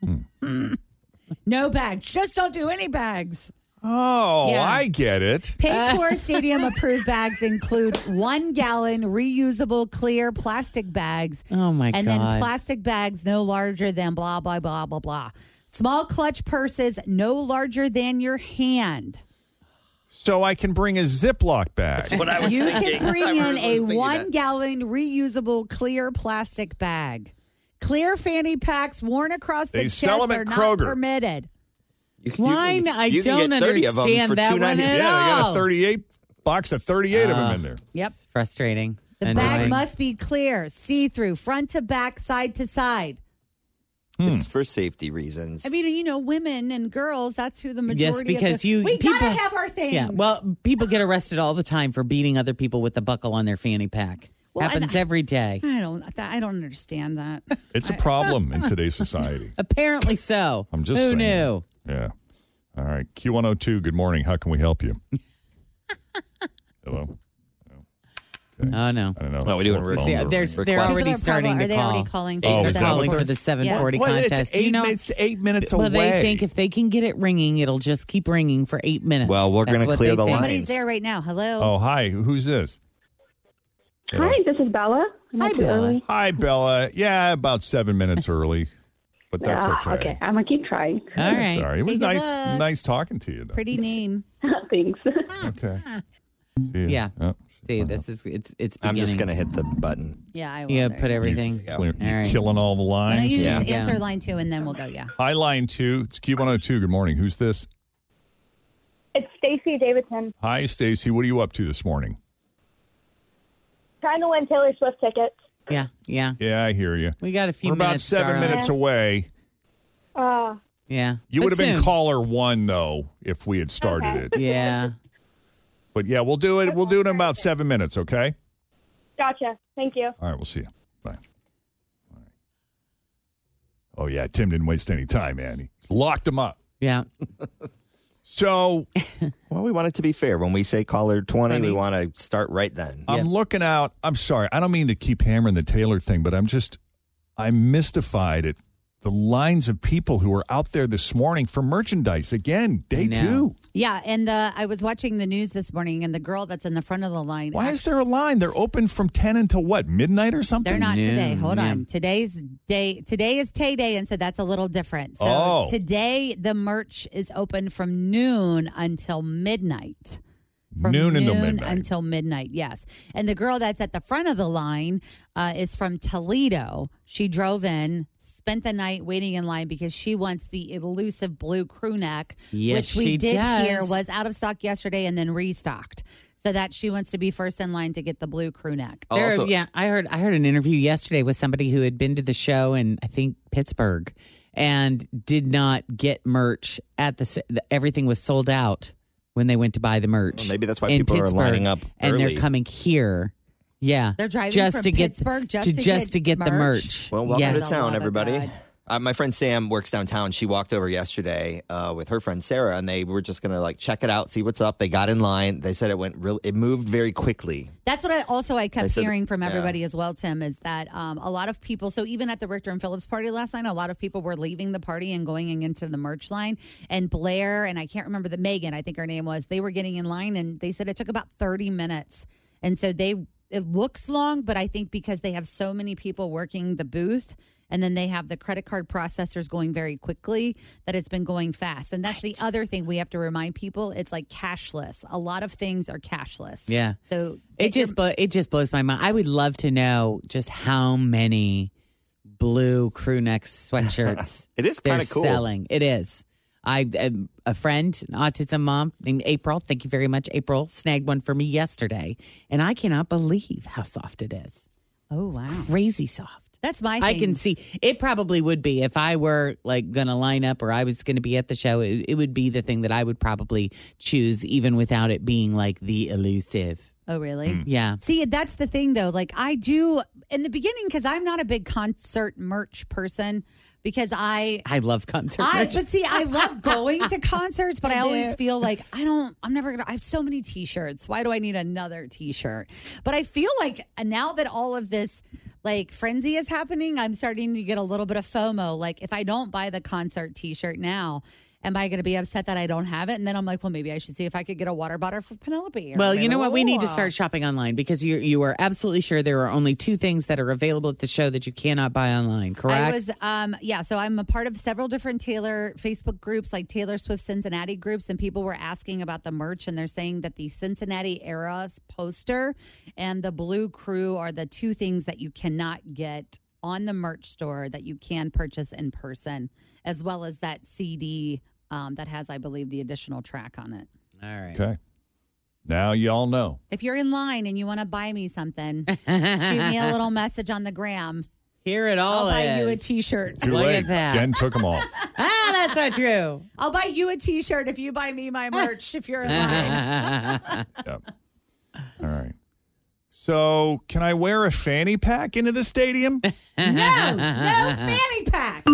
Speaker 3: Hmm.
Speaker 4: no bags. Just don't do any bags.
Speaker 2: Oh,
Speaker 4: Yeah.
Speaker 2: I get it.
Speaker 4: Paycor Stadium approved bags include one gallon reusable clear plastic bags.
Speaker 3: Oh my
Speaker 4: and
Speaker 3: god!
Speaker 4: then plastic bags no larger than blah blah blah blah blah. Small clutch purses no larger than your hand.
Speaker 2: so I can bring a Ziploc bag.
Speaker 5: That's what I was
Speaker 4: you
Speaker 5: thinking.
Speaker 4: can bring
Speaker 5: I
Speaker 4: in
Speaker 5: was
Speaker 4: a
Speaker 5: thinking that.
Speaker 4: one gallon reusable clear plastic bag. Clear fanny packs worn across the
Speaker 5: They
Speaker 4: chest
Speaker 5: sell 'em at
Speaker 4: are not
Speaker 5: Kroger.
Speaker 4: permitted.
Speaker 3: Why n- I
Speaker 5: you can
Speaker 3: don't
Speaker 5: get 30 of 'em
Speaker 3: understand
Speaker 5: for
Speaker 3: that one
Speaker 5: $2.99.
Speaker 3: at
Speaker 2: Yeah, I got
Speaker 3: all.
Speaker 2: a 38 box of 38 of them
Speaker 3: Ah.
Speaker 2: in there.
Speaker 4: Yep.
Speaker 3: Frustrating.
Speaker 4: The bag must be clear, see through, front to back, side to side.
Speaker 5: It's for safety reasons.
Speaker 4: I mean, you know, women and girls, that's who the majority
Speaker 3: Yes,
Speaker 4: of
Speaker 3: because
Speaker 4: the,
Speaker 3: you
Speaker 4: we
Speaker 3: people,
Speaker 4: gotta have our things.
Speaker 3: Yeah, well, people get arrested all the time for beating other people with the buckle on their fanny pack.
Speaker 4: Well, and
Speaker 3: Happens
Speaker 4: I-
Speaker 3: every day.
Speaker 4: I don't I don't understand that.
Speaker 2: It's a problem in today's society.
Speaker 3: Apparently so.
Speaker 2: I'm just
Speaker 3: Who
Speaker 2: saying.
Speaker 3: knew? Oh,
Speaker 2: Yeah. All right. Q102, good morning. How can we help you? Hello?
Speaker 3: Oh, no.
Speaker 2: I don't know.
Speaker 5: Oh, we're doing
Speaker 2: Phone
Speaker 3: See,
Speaker 2: or-
Speaker 3: they're
Speaker 2: Rick
Speaker 3: they're
Speaker 2: Foster.
Speaker 3: already starting
Speaker 4: Are
Speaker 3: to
Speaker 4: they
Speaker 3: call.
Speaker 4: already calling?
Speaker 2: Oh,
Speaker 3: they're
Speaker 2: is that what
Speaker 3: calling
Speaker 2: they're-
Speaker 3: for the 740
Speaker 2: Well, it's
Speaker 3: contest.
Speaker 2: eight
Speaker 3: you know,
Speaker 2: minutes- eight minutes
Speaker 3: well, they
Speaker 2: away.
Speaker 3: think if they can get it ringing, it'll just keep ringing for eight minutes.
Speaker 2: Well, we're
Speaker 3: That's
Speaker 2: gonna
Speaker 3: what
Speaker 2: clear
Speaker 3: they
Speaker 2: the
Speaker 3: think.
Speaker 2: line.
Speaker 4: Somebody's there right now. Hello.
Speaker 2: Oh, hi. Who's this?
Speaker 13: Hi, this is Bella. Am I too early?
Speaker 2: Hi, Bella. Yeah, about seven minutes early, but that's
Speaker 13: Ah,
Speaker 2: okay.
Speaker 13: okay, I'm gonna keep trying.
Speaker 3: All right.
Speaker 2: Sorry. It was
Speaker 4: Hey, good
Speaker 2: nice
Speaker 4: luck.
Speaker 2: nice talking to you, though.
Speaker 4: Pretty name.
Speaker 13: Thanks.
Speaker 2: Okay.
Speaker 3: Yeah.
Speaker 2: Oh,
Speaker 3: See, this is it's it's.
Speaker 5: I'm just
Speaker 3: beginning.
Speaker 5: gonna hit the button.
Speaker 4: Yeah, I will.
Speaker 3: Yeah,
Speaker 4: there.
Speaker 3: put everything.
Speaker 2: You're,
Speaker 3: All right.
Speaker 2: killing all the
Speaker 4: Why don't
Speaker 2: lines.
Speaker 4: you just answer line two and then we'll go, yeah.
Speaker 2: Hi, line two. It's Q102. Good morning. Who's this?
Speaker 13: It's Stacy Davidson.
Speaker 2: Hi, Stacy. What are you up to this morning?
Speaker 13: Trying to win Taylor Swift tickets.
Speaker 3: Yeah, yeah.
Speaker 2: Yeah, I hear you.
Speaker 3: We got a few
Speaker 2: We're about
Speaker 3: minutes,
Speaker 2: seven
Speaker 3: darling.
Speaker 2: minutes away.
Speaker 13: Uh,
Speaker 3: Yeah.
Speaker 2: You
Speaker 3: But
Speaker 2: would have been
Speaker 3: soon.
Speaker 2: caller one, though, if we had started it.
Speaker 3: Yeah.
Speaker 2: But yeah, we'll do it. We'll do it in about seven minutes, okay?
Speaker 13: gotcha. Thank you.
Speaker 2: All right, we'll see you. Bye. All right. Oh, yeah. Tim didn't waste any time, man. He just locked him up.
Speaker 3: Yeah.
Speaker 2: So
Speaker 5: Well, we want it to be fair. When we say caller 20, we want to start right then.
Speaker 2: I'm looking out. I'm sorry. I don't mean to keep hammering the Taylor thing, but I'm just, I'm mystified at the lines of people who are out there this morning for merchandise. Again, day two.
Speaker 4: Yeah, and the I was watching the news this morning and the girl that's in the front of the line
Speaker 2: Why is there a line? They're open from 10 until what, midnight or something?
Speaker 4: They're not today. Hold on. Today's day. Today is Tay Day, and so that's a little different. So
Speaker 2: Oh.
Speaker 4: today the merch is open from noon until midnight. From
Speaker 2: Noon until midnight.
Speaker 4: Until midnight, yes. And the girl that's at the front of the line uh, is from Toledo. She drove in, spent the night waiting in line because she wants the elusive blue crew neck,
Speaker 3: Yes,
Speaker 4: which we
Speaker 3: she
Speaker 4: did hear
Speaker 3: does.
Speaker 4: was out of stock yesterday and then restocked. So that she wants to be first in line to get the blue crew
Speaker 2: Oh,
Speaker 4: neck.
Speaker 3: There- yeah, I heard I heard an interview yesterday with somebody who had been to the show in I think Pittsburgh and did not get merch at the, s- the everything was sold out when they went to buy the merch.
Speaker 5: Well, maybe that's why
Speaker 3: in
Speaker 5: people are
Speaker 3: Pittsburgh,
Speaker 5: lining up
Speaker 3: and
Speaker 5: early.
Speaker 3: they're coming here. Yeah,
Speaker 4: They're driving
Speaker 3: just
Speaker 4: from
Speaker 3: to get
Speaker 4: Pittsburgh just
Speaker 3: to,
Speaker 4: to
Speaker 3: just
Speaker 4: get
Speaker 3: to get the
Speaker 4: merch?
Speaker 3: merch.
Speaker 5: Well, welcome
Speaker 3: yeah.
Speaker 5: to town,
Speaker 4: love of
Speaker 5: everybody.
Speaker 4: God.
Speaker 5: Uh, my friend Sam works downtown. She walked over yesterday uh, with her friend Sarah, and they were just gonna like check it out, see what's up. They got in line. They said it went real. It moved very quickly.
Speaker 4: That's what I also I
Speaker 5: They
Speaker 4: kept
Speaker 5: said-
Speaker 4: hearing from
Speaker 5: yeah.
Speaker 4: everybody as well, Tim, is that um, a lot of people. So even at the Richter and Phillips party last night, a lot of people were leaving the party and going in into the merch line. And Blair and I can't remember the Megan, I think her name was. They were getting in line, and they said it took about thirty minutes. And so they it looks long, but I think because they have so many people working the booth. And then they have the credit card processors going very quickly that it's been going fast. And that's the other thing we have to remind people it's like cashless. A lot of things are cashless.
Speaker 3: Yeah.
Speaker 4: So
Speaker 3: It just blo- it just blows my mind. I would love to know just how many blue crew neck sweatshirts
Speaker 5: It is
Speaker 3: they're
Speaker 5: kinda cool.
Speaker 3: selling. It is. I um, a friend, an autism mom named April. Thank you very much, April. Snagged one for me yesterday, and I cannot believe how soft it is.
Speaker 4: Oh wow,
Speaker 3: crazy soft.
Speaker 4: That's my.
Speaker 3: I can
Speaker 4: thing.
Speaker 3: see it probably would be if I were like going to line up or I was going to be at the show. It, it would be the thing that I would probably choose, even without it being like the elusive.
Speaker 4: Oh really?
Speaker 3: Yeah.
Speaker 4: See, that's the thing though. Like I do in the beginning because I'm not a big concert merch person because I.
Speaker 3: I love concert
Speaker 4: I,
Speaker 3: merch.
Speaker 4: but see, I love going to concerts, but I
Speaker 3: You
Speaker 4: always
Speaker 3: do.
Speaker 4: feel like I don't, I'm never gonna, I have so many t shirts. Why do I need another t shirt? But I feel like uh, now that all of this like frenzy is happening, I'm starting to get a little bit of FOMO. Like if I don't buy the concert t shirt now, am I going to be upset that I don't have it? And then I'm like, well, maybe I should see if I could get a water bottle for Penelope. or
Speaker 3: Well, you know
Speaker 4: whatever.
Speaker 3: what? We need to
Speaker 4: Ooh.
Speaker 3: start shopping online because you you are absolutely sure there are only two things that are available at the show that you cannot buy online. Correct.
Speaker 4: I was, um, yeah. So I'm a part of several different Taylor Facebook groups, like Taylor Swift Cincinnati groups, and people were asking about the merch, and they're saying that the Cincinnati Eras poster and the Blue Crew are the two things that you cannot get on the merch store that you can purchase in person, as well as that CD um, that has, I believe, the additional track on it.
Speaker 3: All right.
Speaker 2: Okay. Now y'all know.
Speaker 4: If you're in line and you want to buy me something, shoot me a little message on the gram.
Speaker 3: Here it all
Speaker 4: I'll buy you a
Speaker 3: is.
Speaker 4: T-shirt.
Speaker 2: Too
Speaker 3: Look
Speaker 2: late.
Speaker 3: at that.
Speaker 2: Jen took them all.
Speaker 3: ah, that's not true.
Speaker 4: I'll buy you a T-shirt if you buy me my merch. if you're in line.
Speaker 2: Yep. All right. So, can I wear a fanny pack into the stadium?
Speaker 4: no, no fanny pack.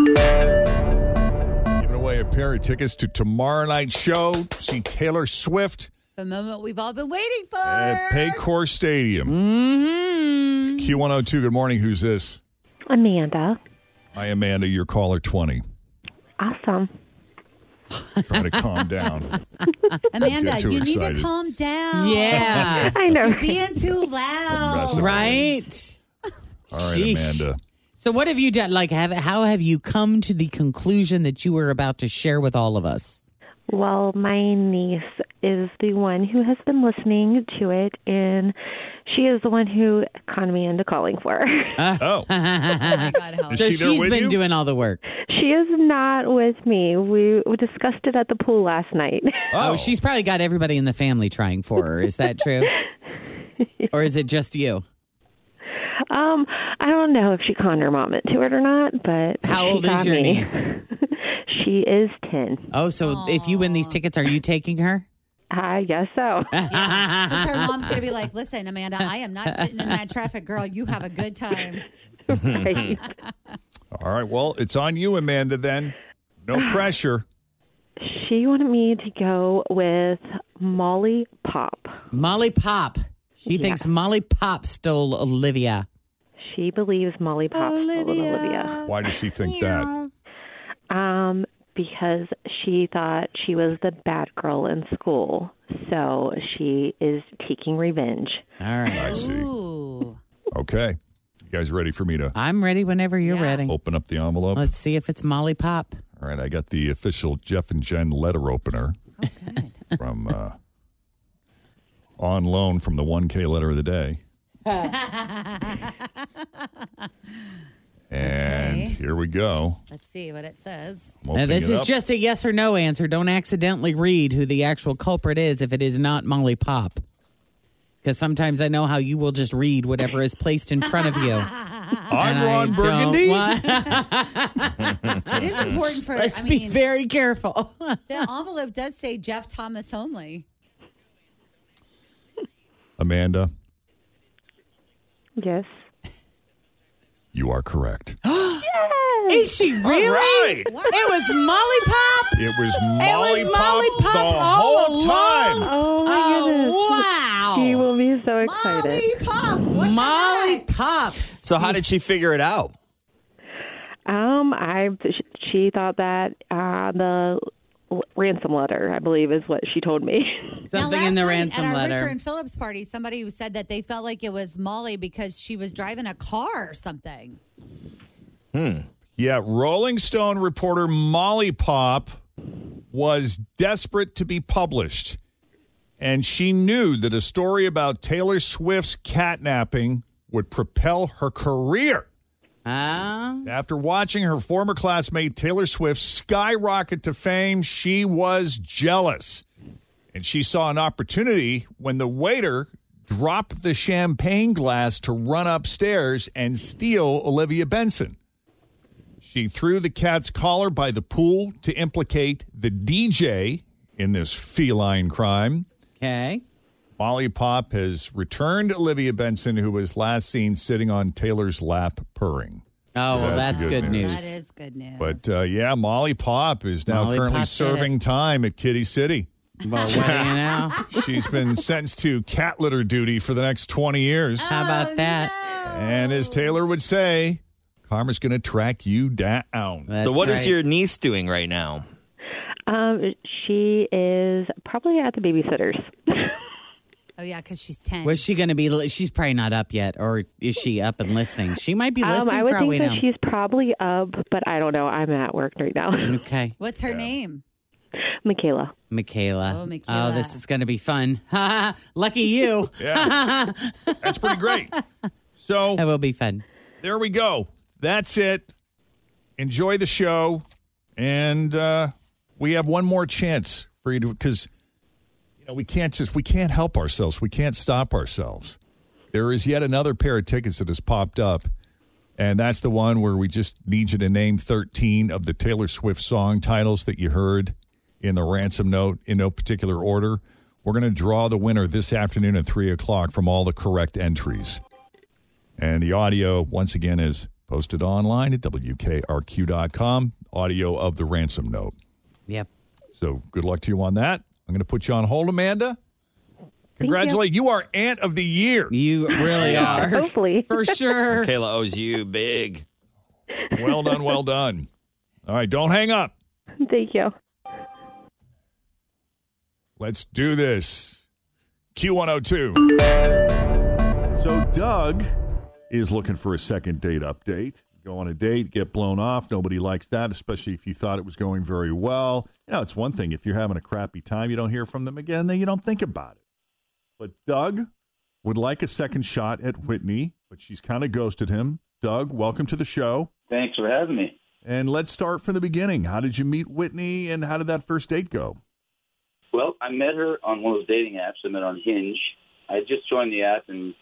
Speaker 2: Giving away a pair of tickets to tomorrow night's show. to See Taylor Swift
Speaker 4: The moment we've all been waiting for.
Speaker 2: at Paycor Stadium.
Speaker 3: Mm-hmm.
Speaker 2: Q102, good morning. Who's this?
Speaker 13: Amanda.
Speaker 2: Hi, Amanda. Your caller 20.
Speaker 13: Awesome.
Speaker 2: Try to calm down.
Speaker 4: Amanda,
Speaker 2: Get too
Speaker 4: you need
Speaker 2: excited.
Speaker 4: to calm down.
Speaker 3: Yeah. I
Speaker 13: know.
Speaker 4: You're being too loud. Oh.
Speaker 2: Aggressive.
Speaker 3: Right.
Speaker 2: All right,
Speaker 3: Sheesh.
Speaker 2: Amanda.
Speaker 3: So what have you done? Like, have how have you come to the conclusion that you were about to share with all of us?
Speaker 13: Well, my niece is the one who has been listening to it, and she is the one who conned me into calling for her.
Speaker 2: Oh. Is
Speaker 3: Uh-huh. so
Speaker 2: she there
Speaker 3: she's
Speaker 2: with
Speaker 3: been
Speaker 2: you?
Speaker 3: doing all the work.
Speaker 13: She is not with me. We, we discussed it at the pool last night.
Speaker 3: Oh. she's probably got everybody in the family trying for her. Is that true? or is it just you?
Speaker 13: Um, I don't know if she conned her mom into it or not, but
Speaker 3: How
Speaker 13: she
Speaker 3: old is
Speaker 13: got
Speaker 3: your
Speaker 13: me.
Speaker 3: niece?
Speaker 13: she is ten.
Speaker 3: Oh, so if you win these tickets, are you taking her?
Speaker 13: I guess so.
Speaker 4: Because her mom's going to be like, listen, Amanda, I am not sitting in that traffic, girl. You have a good time.
Speaker 13: Right.
Speaker 2: All right. Well, it's on you, Amanda, then. No pressure.
Speaker 13: she wanted me to go with Molly Pop.
Speaker 3: Molly Pop. She thinks Molly Pop stole Olivia.
Speaker 13: She believes Molly Pop stole Olivia.
Speaker 2: Why does she think that?
Speaker 13: Um, because she thought she was the bad girl in school, so she is taking revenge.
Speaker 3: All right.
Speaker 2: I see.
Speaker 4: Ooh.
Speaker 2: Okay. You guys ready for me to
Speaker 3: I'm ready whenever you're ready.
Speaker 2: open up the envelope?
Speaker 3: Let's see if it's Molly Pop.
Speaker 2: All right, I got the official Jeff and Jen letter opener
Speaker 3: Oh,
Speaker 2: from uh, on loan from the 1K letter of the day. and
Speaker 4: Okay.
Speaker 2: here we go.
Speaker 4: Let's see what it says.
Speaker 2: I'm
Speaker 3: Now,
Speaker 2: opening
Speaker 3: this
Speaker 2: it
Speaker 3: is
Speaker 2: up.
Speaker 3: just a yes or no answer. Don't accidentally read who the actual culprit is if it is not Molly Pop. Because sometimes I know how you will just read whatever is placed in front of you.
Speaker 2: I'm
Speaker 3: And I
Speaker 2: Ron
Speaker 3: don't
Speaker 2: Burgundy.
Speaker 3: want-
Speaker 4: It is important for,
Speaker 3: Let's
Speaker 4: I
Speaker 3: be
Speaker 4: mean,
Speaker 3: very careful.
Speaker 4: the envelope does say Jeff Thomas only.
Speaker 2: Amanda,
Speaker 13: Yes.
Speaker 2: you are correct.
Speaker 3: Is she really?
Speaker 2: right.
Speaker 3: It was Molly Pop.
Speaker 2: It was
Speaker 3: It
Speaker 2: Molly,
Speaker 3: was Molly Pop,
Speaker 2: the
Speaker 3: all
Speaker 2: whole
Speaker 3: along.
Speaker 2: time.
Speaker 13: Oh my goodness. She
Speaker 3: Oh,
Speaker 13: will be so excited.
Speaker 4: Molly Pop.
Speaker 3: wow.
Speaker 4: What
Speaker 3: Molly Pop.
Speaker 5: So, how did she figure it out?
Speaker 13: Um, I she thought that uh, the l- ransom letter, I believe, is what she told me.
Speaker 3: Something
Speaker 4: Now,
Speaker 3: in the
Speaker 4: last night
Speaker 3: ransom
Speaker 4: at our Richter
Speaker 3: letter.
Speaker 4: and Phillips party, somebody who said that they felt like it was Molly because she was driving a car or something.
Speaker 2: Yeah, Rolling Stone reporter Molly Pop was desperate to be published. And she knew that a story about Taylor Swift's catnapping would propel her career.
Speaker 3: Ah,
Speaker 2: After watching her former classmate Taylor Swift skyrocket to fame, she was jealous. And she saw an opportunity when the waiter dropped the champagne glass to run upstairs and steal Olivia Benson. She threw the cat's collar by the pool to implicate the DJ in this feline crime.
Speaker 3: okay.
Speaker 2: Molly Pop has returned Olivia Benson, who was last seen sitting on Taylor's lap purring.
Speaker 3: Oh, well,
Speaker 2: That's
Speaker 3: that's,
Speaker 2: good
Speaker 3: good,
Speaker 2: news.
Speaker 3: news.
Speaker 4: That is good news.
Speaker 2: But uh, yeah, Molly Pop is now
Speaker 3: Molly
Speaker 2: currently
Speaker 3: Pop did
Speaker 2: serving time at Kitty City.
Speaker 3: Well, what do you know?
Speaker 2: She's been sentenced to cat litter duty for the next 20 years.
Speaker 3: How
Speaker 4: Oh,
Speaker 3: about that?
Speaker 2: And as Taylor would say, karma's going to track you down.
Speaker 3: That's
Speaker 5: so, what is
Speaker 3: right.
Speaker 5: your niece doing right now?
Speaker 13: Um, she is probably at the babysitter's.
Speaker 4: Oh yeah, because she's ten.
Speaker 3: Was she going to be? li- She's probably not up yet, or is she up and listening? She might be
Speaker 13: um,
Speaker 3: listening.
Speaker 13: I would
Speaker 3: for all
Speaker 13: think
Speaker 3: we
Speaker 13: that
Speaker 3: know.
Speaker 13: she's probably up, but I don't know. I'm at work right now.
Speaker 3: okay.
Speaker 4: What's her name?
Speaker 13: Michaela.
Speaker 3: Michaela.
Speaker 4: Oh,
Speaker 3: Oh, this is going to be fun. Lucky you.
Speaker 2: Yeah. That's pretty great. So
Speaker 3: that will be fun.
Speaker 2: There we go. That's it. Enjoy the show. And uh, we have one more chance for you to, because, you know, we can't just, we can't help ourselves. We can't stop ourselves. There is yet another pair of tickets that has popped up. And that's the one where we just need you to name 13 of the Taylor Swift song titles that you heard in the ransom note in no particular order. We're going to draw the winner this afternoon at 3 o'clock from all the correct entries. And the audio, once again, is posted online at WKRQ.com. Audio of the ransom note.
Speaker 3: Yep.
Speaker 2: So good luck to you on that. I'm going to put you on hold, Amanda. Congratulate. You. are Aunt of the Year.
Speaker 3: You really are.
Speaker 13: Hopefully.
Speaker 3: For sure.
Speaker 5: Kayla owes you big.
Speaker 2: Well done. Well done. All right. Don't hang up.
Speaker 13: Thank you.
Speaker 2: Let's do this. Q102.
Speaker 14: So Doug is looking for a second date update. Go on a date, get blown off. Nobody likes that, especially if you thought it was going very well. You know, it's one thing if you're having a crappy time, you don't hear from them again, then you don't think about it. But Doug would like a second shot at Whitney, but she's kind of ghosted him. Doug, welcome to the show.
Speaker 15: Thanks for having me.
Speaker 14: And let's start from the beginning. How did you meet Whitney and how did that first date go?
Speaker 15: Well, I met her on one of those dating apps. I met on Hinge. I just joined the app, and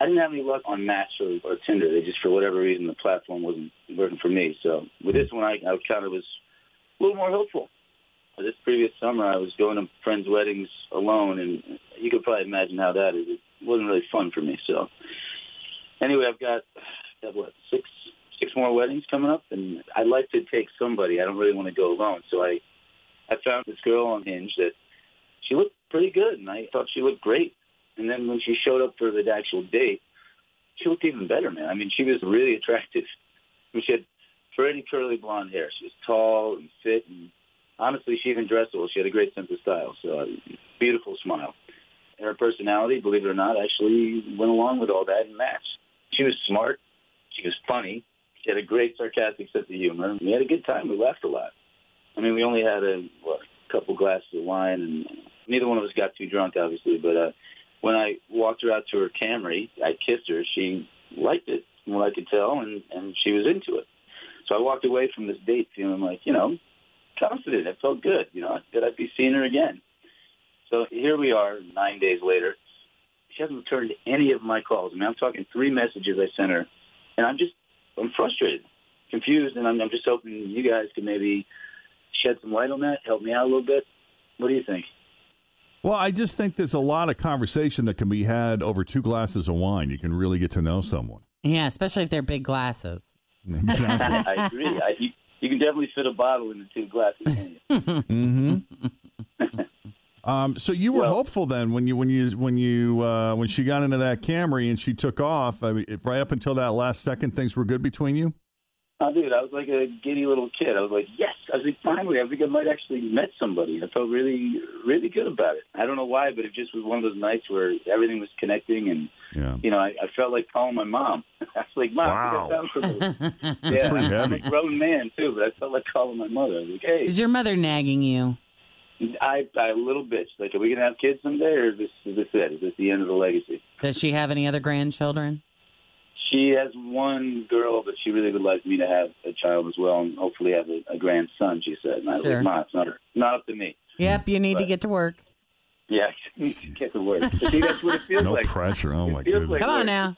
Speaker 15: I didn't have any luck on Match or, or Tinder. They just, for whatever reason, the platform wasn't working for me. So with this one, I, I kind of was a little more hopeful. This previous summer, I was going to friends' weddings alone, and you could probably imagine how that is. It wasn't really fun for me. So anyway, I've got, got what six six more weddings coming up, and I'd like to take somebody. I don't really want to go alone, so I I found this girl on Hinge that she looked pretty good, and I thought she looked great. And then when she showed up for the actual date, she looked even better, man. I mean, she was really attractive. I mean, she had pretty curly blonde hair. She was tall and fit, and honestly, she even dressed well. She had a great sense of style, so uh, beautiful smile. And her personality, believe it or not, actually went along with all that and matched. She was smart. She was funny. She had a great sarcastic sense of humor. We had a good time. We laughed a lot. I mean, we only had a what, couple glasses of wine, and neither one of us got too drunk, obviously. But uh, when I walked her out to her Camry, I kissed her. She liked it, from what I could tell, and and she was into it. So I walked away from this date feeling like, you know, confident. I felt good. You know, that I'd be seeing her again. So here we are, nine days later. She hasn't returned any of my calls. I mean, I'm talking three messages I sent her, and I'm just, I'm frustrated, confused, and I'm, I'm just hoping you guys can maybe shed some light on that, help me out a little bit. What do you think?
Speaker 14: Well, I just think there's a lot of conversation that can be had over two glasses of wine. You can really get to know someone.
Speaker 3: Yeah, especially if they're big glasses.
Speaker 15: I agree. I, you, you can definitely fit a bottle into two glasses.
Speaker 14: hmm um, so you were hopeful then when you when you when you uh, when she got into that Camry and she took off. I mean, if right up until that last second, things were good between you.
Speaker 15: oh, dude, I was like a giddy little kid. I was like, yes. I was like, finally, I think I might actually met somebody. I felt really, really good about it. I don't know why, but it just was one of those nights where everything was connecting, and
Speaker 14: Yeah.
Speaker 15: you know, I, I felt like calling my mom. I was like, mom,
Speaker 14: Wow.
Speaker 15: I think I found somebody."
Speaker 14: That's
Speaker 15: yeah,
Speaker 14: pretty
Speaker 15: I'm
Speaker 14: heavy.
Speaker 15: a grown man too, but I felt like calling my mother. I was like, hey,
Speaker 3: Is your mother nagging you?
Speaker 15: I, I little bitch. Like, are we gonna have kids someday, or is this is this it? Is this the end of the legacy?
Speaker 3: Does she have any other grandchildren?
Speaker 15: She has one girl, but she really would like me to have a child as well, and hopefully have a, a grandson. She said, and I was
Speaker 3: Sure.
Speaker 15: like, "Ma, it's not not up to me."
Speaker 3: Yep, you need to get to work.
Speaker 15: Yeah, get the work. But See, that's what it feels
Speaker 14: no
Speaker 15: like.
Speaker 14: pressure. Oh my
Speaker 15: Feels
Speaker 14: goodness.
Speaker 15: like
Speaker 3: Come on
Speaker 15: work.
Speaker 3: now.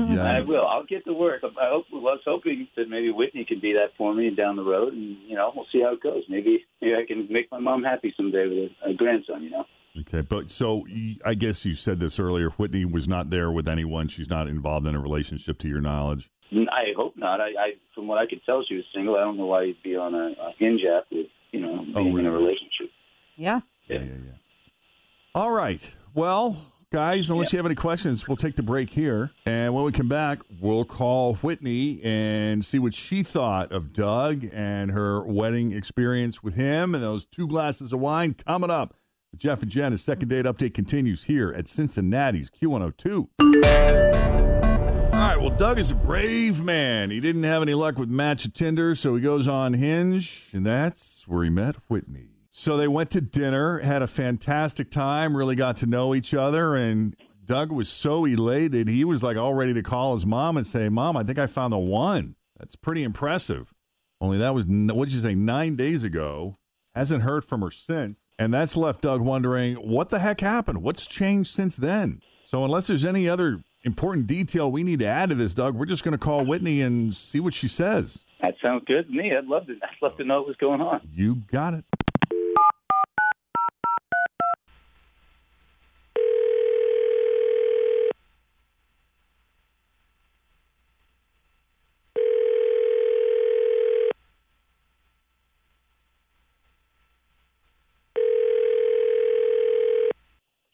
Speaker 15: I will. I'll get to work. I hope, was hoping that maybe Whitney can be that for me down the road, and you know, we'll see how it goes. Maybe, maybe I can make my mom happy someday with a, a grandson. You know.
Speaker 14: Okay, but so you- I guess you said this earlier. Whitney was not there with anyone. She's not involved in a relationship, to your knowledge.
Speaker 15: I hope not. I, I from what I could tell, she was single. I don't know why you'd be on a, a hinge app with you
Speaker 14: Oh,
Speaker 15: know being in a relationship.
Speaker 8: Yeah.
Speaker 14: All right. Well,
Speaker 2: Guys, unless you have any questions, we'll take the break here. And when we come back, we'll call Whitney and see what she thought of Doug and her wedding experience with him and those two glasses of wine coming up. Jeff and Jenna's second date update continues here at Cincinnati's Q102. All right, well, Doug is a brave man. He didn't have any luck with Match at Tinder, so he goes on Hinge, and that's where he met Whitney. So they went to dinner, had a fantastic time, really got to know each other, and Doug was so elated. He was like all ready to call his mom and say, Mom, I think I found the one. That's pretty impressive. Only that was, n- what'd you say, nine days ago. Hasn't heard from her since. And that's left Doug wondering what the heck happened? What's changed since then? So, unless there's any other important detail we need to add to this, Doug, we're just going to call Whitney and see what she says.
Speaker 15: That sounds good to me. I'd love to. I'd love to know what's going on.
Speaker 2: You got it.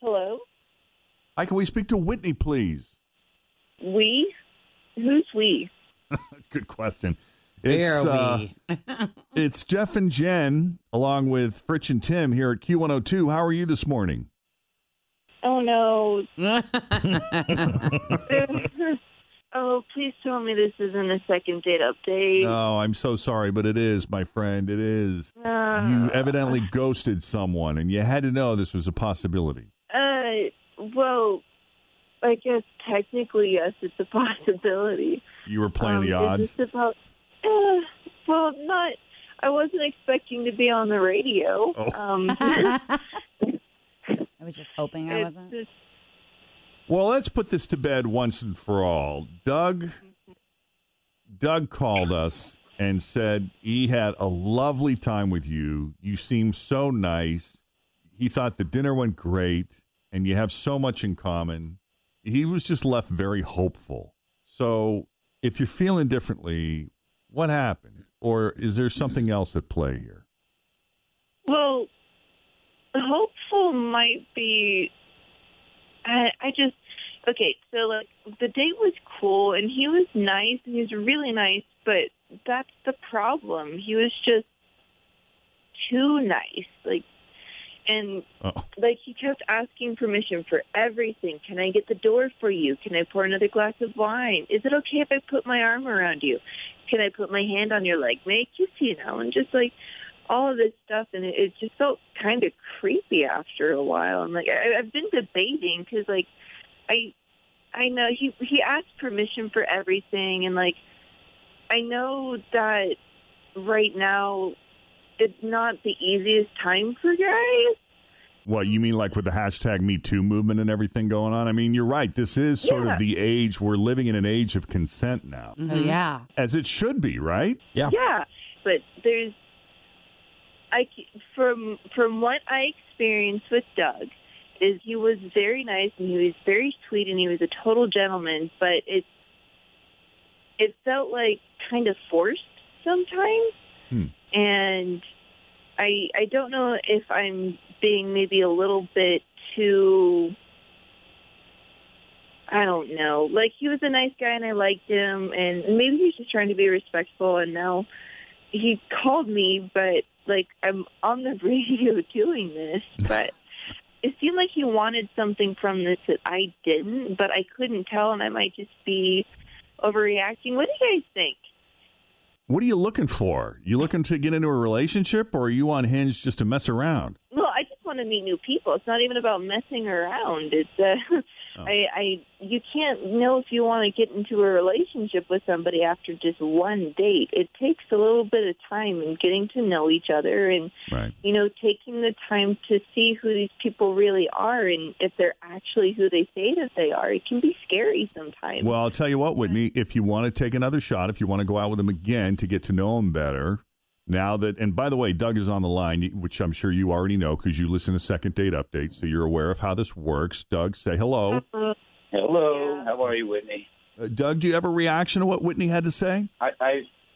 Speaker 16: Hello.
Speaker 2: Hi, can we speak to Whitney, please?
Speaker 16: We? Who's we?
Speaker 2: Good question.
Speaker 16: Where
Speaker 2: It's,
Speaker 16: are
Speaker 2: uh, it's Jeff and Jen, along with Fritch and Tim here at Q102. How are you this morning?
Speaker 16: Oh no. oh, please tell me this isn't a second date update.
Speaker 2: Oh, I'm so sorry, but it is, my friend. It is.
Speaker 16: Uh.
Speaker 2: You evidently ghosted someone, and you had to know this was a possibility.
Speaker 16: Uh, well, I guess technically yes, it's a possibility.
Speaker 2: You were playing the
Speaker 16: Um,
Speaker 2: odds.
Speaker 16: Is this about? Uh, well, not. I wasn't expecting to be on the radio.
Speaker 2: Oh.
Speaker 16: Um, I
Speaker 4: was just hoping I wasn't.
Speaker 2: Well, let's put this to bed once and for all. Doug Doug called us and said he had a lovely time with you. You seem so nice. He thought the dinner went great and you have so much in common. He was just left very hopeful. So, if you're feeling differently, what happened? Or is there something else at play here?
Speaker 16: Well, hopeful might be. I, I just okay. So like the date was cool, and he was nice, and he was really nice. But that's the problem. He was just too nice. Like, and like he kept asking permission for everything. Can I get the door for you? Can I pour another glass of wine? Is it okay if I put my arm around you? Can I put my hand on your leg? May I kiss you now? And just like all of this stuff, and it, it just felt kind of creepy after a while. And like I, I've been debating because like I I know he he asked permission for everything, and like I know that right now it's not the easiest time for guys.
Speaker 2: What you mean, like with the hashtag Me Too movement and everything going on? I mean, you're right. This is sort
Speaker 16: Yeah.
Speaker 2: of the age we're living in an age of consent now,
Speaker 16: Oh,
Speaker 3: Mm-hmm.
Speaker 16: yeah.
Speaker 2: as it should be, right?
Speaker 16: Yeah, but there's I c- from from what I experienced with Doug is he was very nice and he was very sweet and he was a total gentleman, but it it felt like kind of forced sometimes, and I I don't know if I'm being maybe a little bit too I don't know. Like he was a nice guy and I liked him and maybe he was just trying to be respectful and now he called me but like I'm on the radio doing this but it seemed like he wanted something from this that I didn't but I couldn't tell and I might just be overreacting. What do you guys think?
Speaker 2: What are you looking for? You looking to get into a relationship, or are you on Hinge just to mess around?
Speaker 16: Well, I just want to meet new people. It's not even about messing around. It's uh, I, I you can't know if you want to get into a relationship with somebody after just one date. It takes a little bit of time and getting to know each other and you know taking the time to see who these people really are and if they're actually who they say that they are. It can be scary sometimes.
Speaker 2: Well, I'll tell you what, Whitney. If you want to take another shot, if you want to go out with him again to get to know him better, now that and by the way, Doug is on the line, which I'm sure you already know because you listen to Second Date Update, so you're aware of how this works. Doug, say hello.
Speaker 15: Hello. How are you, Whitney?
Speaker 2: Uh, Doug, do you have a reaction to what Whitney had to say?
Speaker 15: I, I,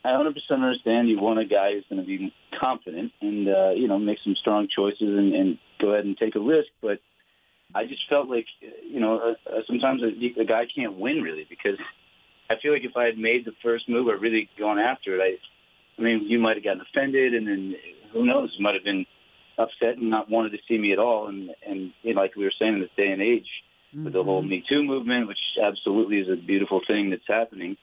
Speaker 15: I 100% understand you want a guy who's going to be confident and, uh, you know, make some strong choices and, and go ahead and take a risk. But I just felt like, you know, uh, uh, sometimes a, a guy can't win really because I feel like if I had made the first move or really gone after it, I, I mean, you might have gotten offended, and then who knows, you might have been upset and not wanted to see me at all. And and you know, like we were saying in this day and age, with the
Speaker 3: Mm-hmm.
Speaker 15: whole Me Too movement, which absolutely is a beautiful thing that's happening,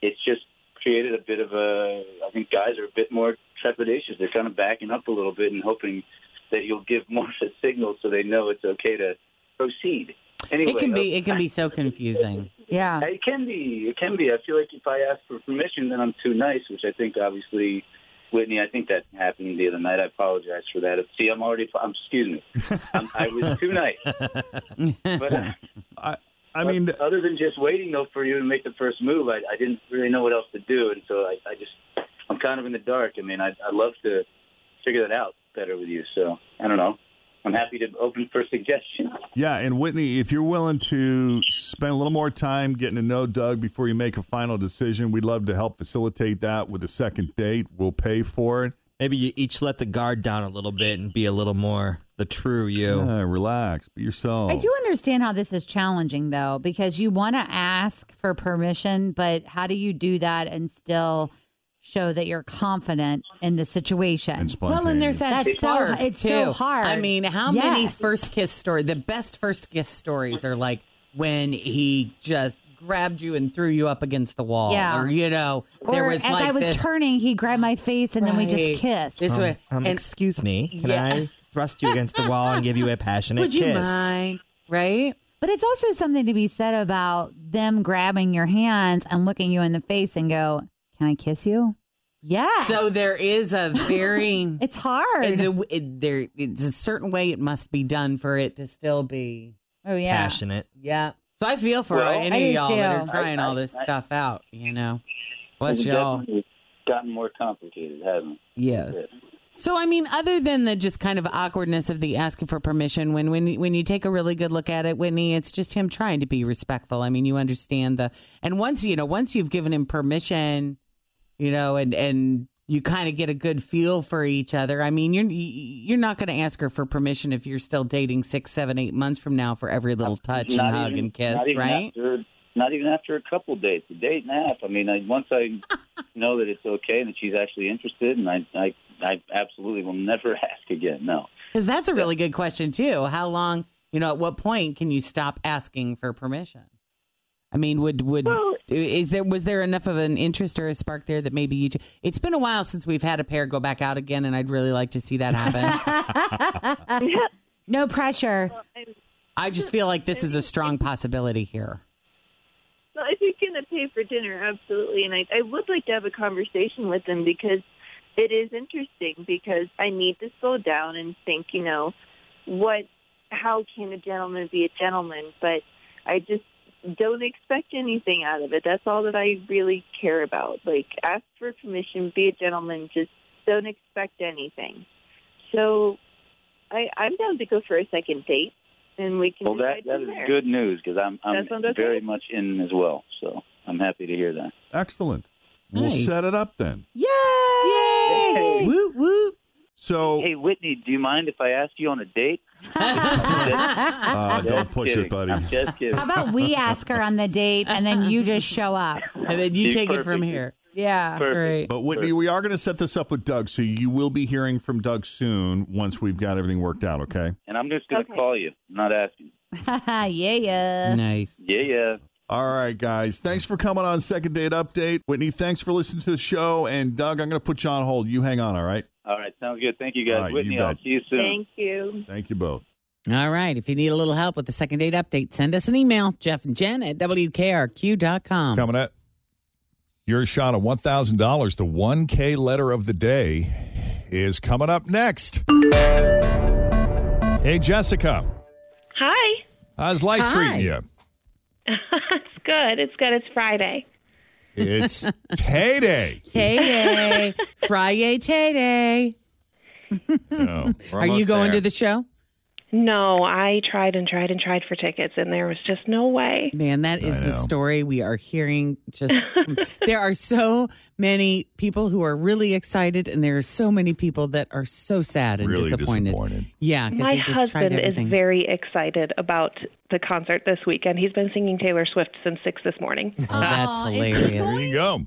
Speaker 15: it's just created a bit of a. I think guys are a bit more trepidatious. They're kind of backing up a little bit and hoping that you'll give more of a signal so they know it's okay to proceed. Anyway,
Speaker 3: it can be it can be so confusing.
Speaker 4: Yeah.
Speaker 15: Uh, It can be. It can be. I feel like if I ask for permission, then I'm too nice, which I think obviously, Whitney, I think that happened the other night. I apologize for that. See, I'm already, I'm, excuse me. I'm, I was too nice. But,
Speaker 14: I, I mean,
Speaker 15: other than just waiting, though, for you to make the first move, I, I didn't really know what else to do. And so I, I just, I'm kind of in the dark. I mean, I, I'd love to figure that out better with you. So I don't know. I'm happy to open for suggestions.
Speaker 14: Yeah, and Whitney, if you're willing to spend a little more time getting to know Doug before you make a final decision, we'd love to help facilitate that with a second date. We'll pay for it.
Speaker 5: Maybe you each let the guard down a little bit and be a little more the true you.
Speaker 14: Yeah, relax. Be yourself.
Speaker 4: I do understand how this is challenging though, because you want to ask for permission, but how do you do that and still show that you're confident in the situation?
Speaker 3: Well, and there's that
Speaker 4: That's so,
Speaker 3: spark,
Speaker 4: it's
Speaker 3: too.
Speaker 4: so hard.
Speaker 3: I mean, how many
Speaker 4: Yes.
Speaker 3: first kiss story? The best first kiss stories are like when he just grabbed you and threw you up against the wall,
Speaker 4: Yeah.
Speaker 3: or you know, there
Speaker 4: Or
Speaker 3: was
Speaker 4: as
Speaker 3: like
Speaker 4: I was
Speaker 3: this.
Speaker 4: turning, he grabbed my face and then we
Speaker 3: Right.
Speaker 4: just kissed.
Speaker 3: This way-
Speaker 5: Um,
Speaker 3: and-
Speaker 5: excuse me. Can
Speaker 4: Yeah.
Speaker 5: I thrust you against the wall and give you a passionate kiss?
Speaker 4: Right? But it's also something to be said about them grabbing your hands and looking you in the face and go, Can I kiss you? Yeah.
Speaker 3: So there is a very
Speaker 4: it's hard.
Speaker 3: there it's a certain way it must be done for it to still be
Speaker 4: Oh yeah.
Speaker 5: Passionate.
Speaker 3: Yeah. So I feel for
Speaker 4: Well, I
Speaker 3: any
Speaker 4: do
Speaker 3: of y'all that are
Speaker 4: too.
Speaker 3: trying
Speaker 4: I-
Speaker 3: all this
Speaker 4: I-
Speaker 3: stuff out, you know.
Speaker 15: It's
Speaker 3: Bless y'all.
Speaker 15: definitely gotten more complicated, hasn't it?
Speaker 3: Yes. So I mean, other than the just kind of awkwardness of the asking for permission, when when when you take a really good look at it, Whitney, it's just him trying to be respectful. I mean, you understand the and once you know once you've given him permission, you know, and and you kind of get a good feel for each other. I mean, you're you're not going to ask her for permission if you're still dating six, seven, eight months from now for every little touch and
Speaker 15: Not
Speaker 3: hug
Speaker 15: even-
Speaker 3: and kiss,
Speaker 15: not even
Speaker 3: right?
Speaker 15: After, not even after a couple dates, a date and a half. I mean, I, once I know that it's okay and that she's actually interested, and I, I, I absolutely will never ask again. No.
Speaker 3: Because that's a really good question too. How long, you know, at what point can you stop asking for permission? I mean, would would is there was there enough of an interest or a spark there that maybe you? Two, it's been a while since we've had a pair go back out again, and I'd really like to see that happen.
Speaker 4: no pressure.
Speaker 3: I just feel like this is a strong possibility here.
Speaker 16: So if you're going to pay for dinner, absolutely. And I, I would like to have a conversation with them because it is interesting because I need to slow down and think, you know, what, how can a gentleman be a gentleman? But I just don't expect anything out of it. That's all that I really care about. Like, ask for permission, be a gentleman, just don't expect anything. So I, I'm down to go for a second date and we can
Speaker 15: Well, that
Speaker 16: decide
Speaker 15: that
Speaker 16: from
Speaker 15: is
Speaker 16: there.
Speaker 15: good news because I'm I'm
Speaker 16: That sounds okay.
Speaker 15: very much in as well. So I'm happy to hear that.
Speaker 14: Excellent. We'll
Speaker 15: Nice.
Speaker 14: set it up then.
Speaker 4: Yay!
Speaker 15: Yay!
Speaker 4: Woo woo.
Speaker 14: So
Speaker 15: hey, Whitney, do you mind if I ask you on a date?
Speaker 14: Uh, don't push
Speaker 15: kidding.
Speaker 14: it, buddy.
Speaker 15: I'm just kidding.
Speaker 4: How about we ask her on the date and then you just show up?
Speaker 3: And then you take it from here.
Speaker 4: Yeah. Great.
Speaker 14: But Whitney, we are going to set this up with Doug, so you will be hearing from Doug soon once we've got everything worked out. Okay.
Speaker 15: And I'm just going to call you, not asking.
Speaker 4: yeah,
Speaker 2: Uh.
Speaker 4: yeah.
Speaker 3: Nice.
Speaker 15: Yeah, yeah.
Speaker 14: All right, guys. Thanks for coming on Second Date Update. Whitney, thanks for listening to the show. And Doug, I'm going to put you on hold. You hang on, all right?
Speaker 15: All right, sounds good. Thank you guys,
Speaker 14: All right, you
Speaker 15: Whitney. I'll
Speaker 14: bet.
Speaker 15: see you soon.
Speaker 16: Thank you.
Speaker 14: Thank you both.
Speaker 3: All right. If you need a little help with the second date update, send us an email, Jeff and Jen at WKRQ.com.
Speaker 2: Coming up, your shot at $1,000, the 1K letter of the day, is coming up next. Hey, Jessica,
Speaker 17: Hi.
Speaker 2: how's life
Speaker 17: Hi.
Speaker 2: treating you?
Speaker 17: it's good. It's good. It's Friday.
Speaker 2: It's Tay Day.
Speaker 3: Tay day. Friday Tay day.
Speaker 2: No, we're
Speaker 3: Are you
Speaker 2: almost
Speaker 3: going to
Speaker 2: there.
Speaker 3: the show?
Speaker 17: No, I tried and tried and tried for tickets, and there was just no way.
Speaker 3: Man, that is the story we are hearing. Just there are so many people who are really excited, and there are so many people that are so sad and
Speaker 14: Really
Speaker 3: disappointed.
Speaker 14: disappointed.
Speaker 3: Yeah, because
Speaker 17: My
Speaker 3: they just tried
Speaker 17: husband is
Speaker 3: everything.
Speaker 17: very excited about the concert this weekend. He's been singing Taylor Swift since six this morning.
Speaker 3: oh, that's hilarious.
Speaker 14: There you go.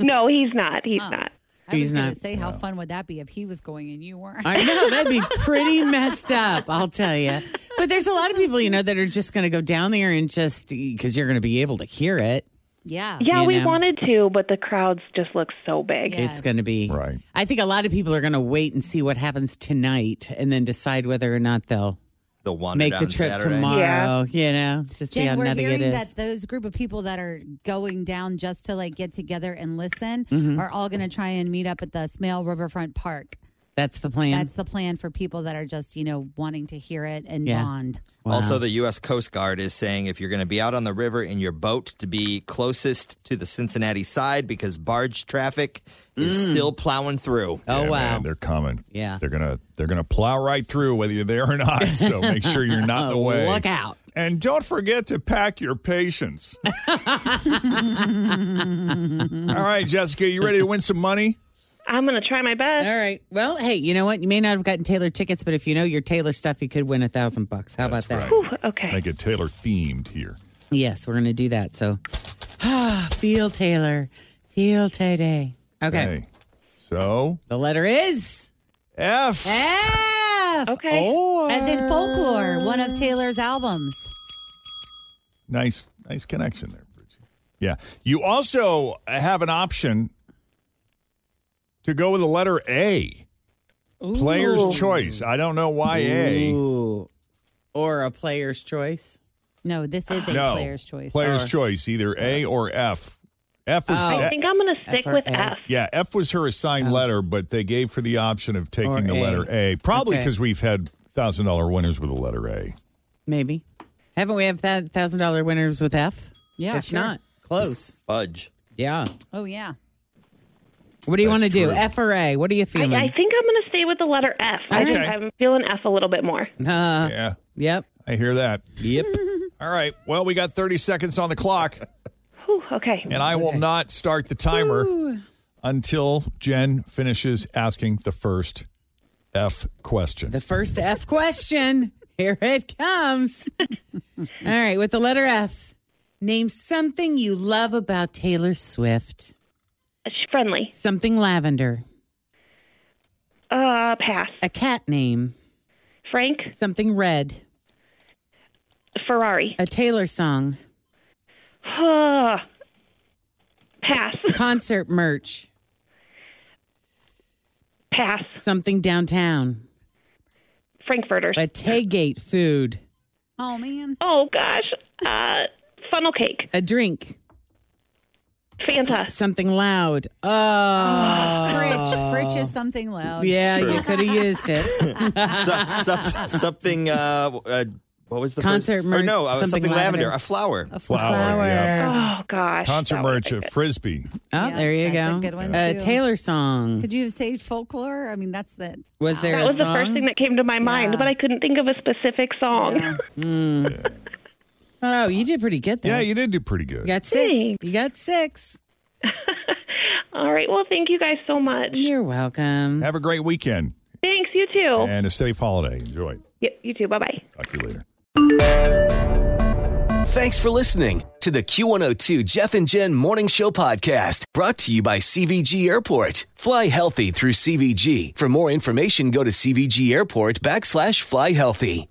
Speaker 17: no, he's not. He's not.
Speaker 4: I
Speaker 3: He's
Speaker 4: was going
Speaker 3: not- Uh,
Speaker 4: to say, how fun would that be if he was going and you weren't?
Speaker 3: I know that'd be pretty messed up, I'll tell you. But there's a lot of people, you know, that are just going to go down there and just because you're going to be able to hear it.
Speaker 4: Yeah.
Speaker 17: Yeah,
Speaker 3: You
Speaker 17: we
Speaker 3: know.
Speaker 17: wanted to, but the crowds just look so big.
Speaker 3: It's going to be right. I think a lot of people are going to wait and see what happens tonight, and then decide whether or not they'll
Speaker 5: they'll wander
Speaker 3: make
Speaker 5: down
Speaker 3: the trip
Speaker 5: Saturday.
Speaker 3: tomorrow. You know, just see how
Speaker 4: Jen, we're
Speaker 3: nutty it
Speaker 4: hearing
Speaker 3: is.
Speaker 4: that those group of people that are going down just to like get together and listen
Speaker 3: Mhm.
Speaker 4: are all going to try and meet up at the Smale Riverfront Park.
Speaker 3: That's the plan.
Speaker 4: That's the plan for people that are just, you know, wanting to hear it and
Speaker 5: Yeah.
Speaker 4: bond.
Speaker 5: Also, the U.S. Coast Guard is saying if you're going to be out on the river in your boat, to be closest to the Cincinnati side because barge traffic is still plowing through.
Speaker 3: Oh
Speaker 2: Yeah, man, they're coming.
Speaker 3: Yeah.
Speaker 2: They're gonna they're gonna plow right through whether you're there or not. So make sure you're not in the way.
Speaker 3: Oh, Look out.
Speaker 2: And don't forget to pack your patience. All right, Jessica, you ready to win some money?
Speaker 17: I'm going to try my best.
Speaker 3: All right. Well, hey, you know what? You may not have gotten Taylor tickets, but if you know your Taylor stuff, you could win a thousand bucks. How about that?
Speaker 17: okay.
Speaker 2: Make it Taylor themed here.
Speaker 3: Yes, we're going to do that. So, ah, feel Taylor, feel today. Okay.
Speaker 2: So
Speaker 3: the letter is
Speaker 2: F.
Speaker 3: Eh?
Speaker 4: F.
Speaker 17: Okay.
Speaker 4: As in folklore, one of Taylor's albums.
Speaker 2: Nice, nice connection there, Bridget. Yeah. You also have an option to go with the letter A. Player's choice. I don't know why
Speaker 3: Ooh. or a player's choice.
Speaker 4: No, this
Speaker 2: A. no. Player's choice, either A or F. F was
Speaker 15: Oh.
Speaker 17: I
Speaker 3: Oh.
Speaker 2: F-
Speaker 17: think I'm going to stick with F.
Speaker 2: Yeah, F was her assigned letter, but they gave her the option of taking
Speaker 3: Or
Speaker 2: the
Speaker 3: A.
Speaker 2: letter A. Probably
Speaker 3: Okay.
Speaker 2: because we've had thousand dollar winners with the letter A.
Speaker 3: Maybe. Haven't we have that thousand dollar winners with F?
Speaker 4: Yeah,
Speaker 3: If
Speaker 4: sure.
Speaker 3: not, close.
Speaker 5: Fudge.
Speaker 3: Yeah.
Speaker 4: Oh, yeah.
Speaker 3: What do you want to do?
Speaker 4: true.
Speaker 3: F or A? What are you
Speaker 17: I,
Speaker 3: feeling?
Speaker 17: I think I'm going to stay with the letter F. I think I'm feeling F a little bit more.
Speaker 3: Uh,
Speaker 2: yeah.
Speaker 3: Yep.
Speaker 2: I hear that.
Speaker 3: Yep.
Speaker 2: All right. Well, we got 30 seconds on the clock,
Speaker 17: Whew, okay.
Speaker 2: and I will not start the timer until Jen finishes asking the first F question.
Speaker 3: The first F question. Here it comes. All right, with the letter F. Name something you love about Taylor Swift.
Speaker 17: She's friendly.
Speaker 3: Something lavender.
Speaker 17: Uh, pass.
Speaker 3: A cat name.
Speaker 17: Frank.
Speaker 3: Something red.
Speaker 17: Ferrari.
Speaker 3: A Taylor song.
Speaker 17: Pass.
Speaker 3: Concert merch.
Speaker 17: Pass.
Speaker 3: Something downtown.
Speaker 17: Frankfurters.
Speaker 3: A Taygate food.
Speaker 4: Oh, man.
Speaker 17: Oh, gosh. Uh, funnel cake.
Speaker 3: A drink.
Speaker 17: Fanta.
Speaker 3: Something loud. Oh. Uh,
Speaker 4: Fritch. Fritch is something loud.
Speaker 3: Yeah,
Speaker 5: True.
Speaker 3: you could have used it. Oh,
Speaker 5: Sup- sup- something. Uh, uh, what was the
Speaker 3: Concert
Speaker 5: first?
Speaker 3: merch,
Speaker 5: Or no, uh, something,
Speaker 3: something
Speaker 5: lavender.
Speaker 3: lavender.
Speaker 5: A flower.
Speaker 4: A
Speaker 2: flower, yeah.
Speaker 17: Oh, gosh.
Speaker 2: Concert merch of Frisbee.
Speaker 3: Oh, there you
Speaker 4: that's
Speaker 3: go. Uh,
Speaker 4: a good one, too.
Speaker 3: Taylor song.
Speaker 4: Could you have said folklore? I mean, that's the.
Speaker 3: Was there
Speaker 17: that
Speaker 3: a
Speaker 17: was
Speaker 3: song?
Speaker 17: the first thing that came to my mind, but I couldn't think of a specific song.
Speaker 3: Mm. Oh, you did pretty good there.
Speaker 2: Yeah, you did do pretty
Speaker 3: You
Speaker 2: good.
Speaker 3: got six. You got six.
Speaker 17: All right. Well, thank you guys so much.
Speaker 3: You're welcome.
Speaker 2: Have a great weekend
Speaker 17: Thanks. You
Speaker 3: Oh.
Speaker 17: too.
Speaker 2: and a safe holiday. Enjoy.
Speaker 17: Y- you too. Bye bye.
Speaker 2: Talk to you later.
Speaker 1: Thanks for listening to the Q102 Jeff and Jen Morning Show Podcast, brought to you by CVG Airport. Fly healthy through CVG. For more information, go to CVG Airport backslash fly healthy.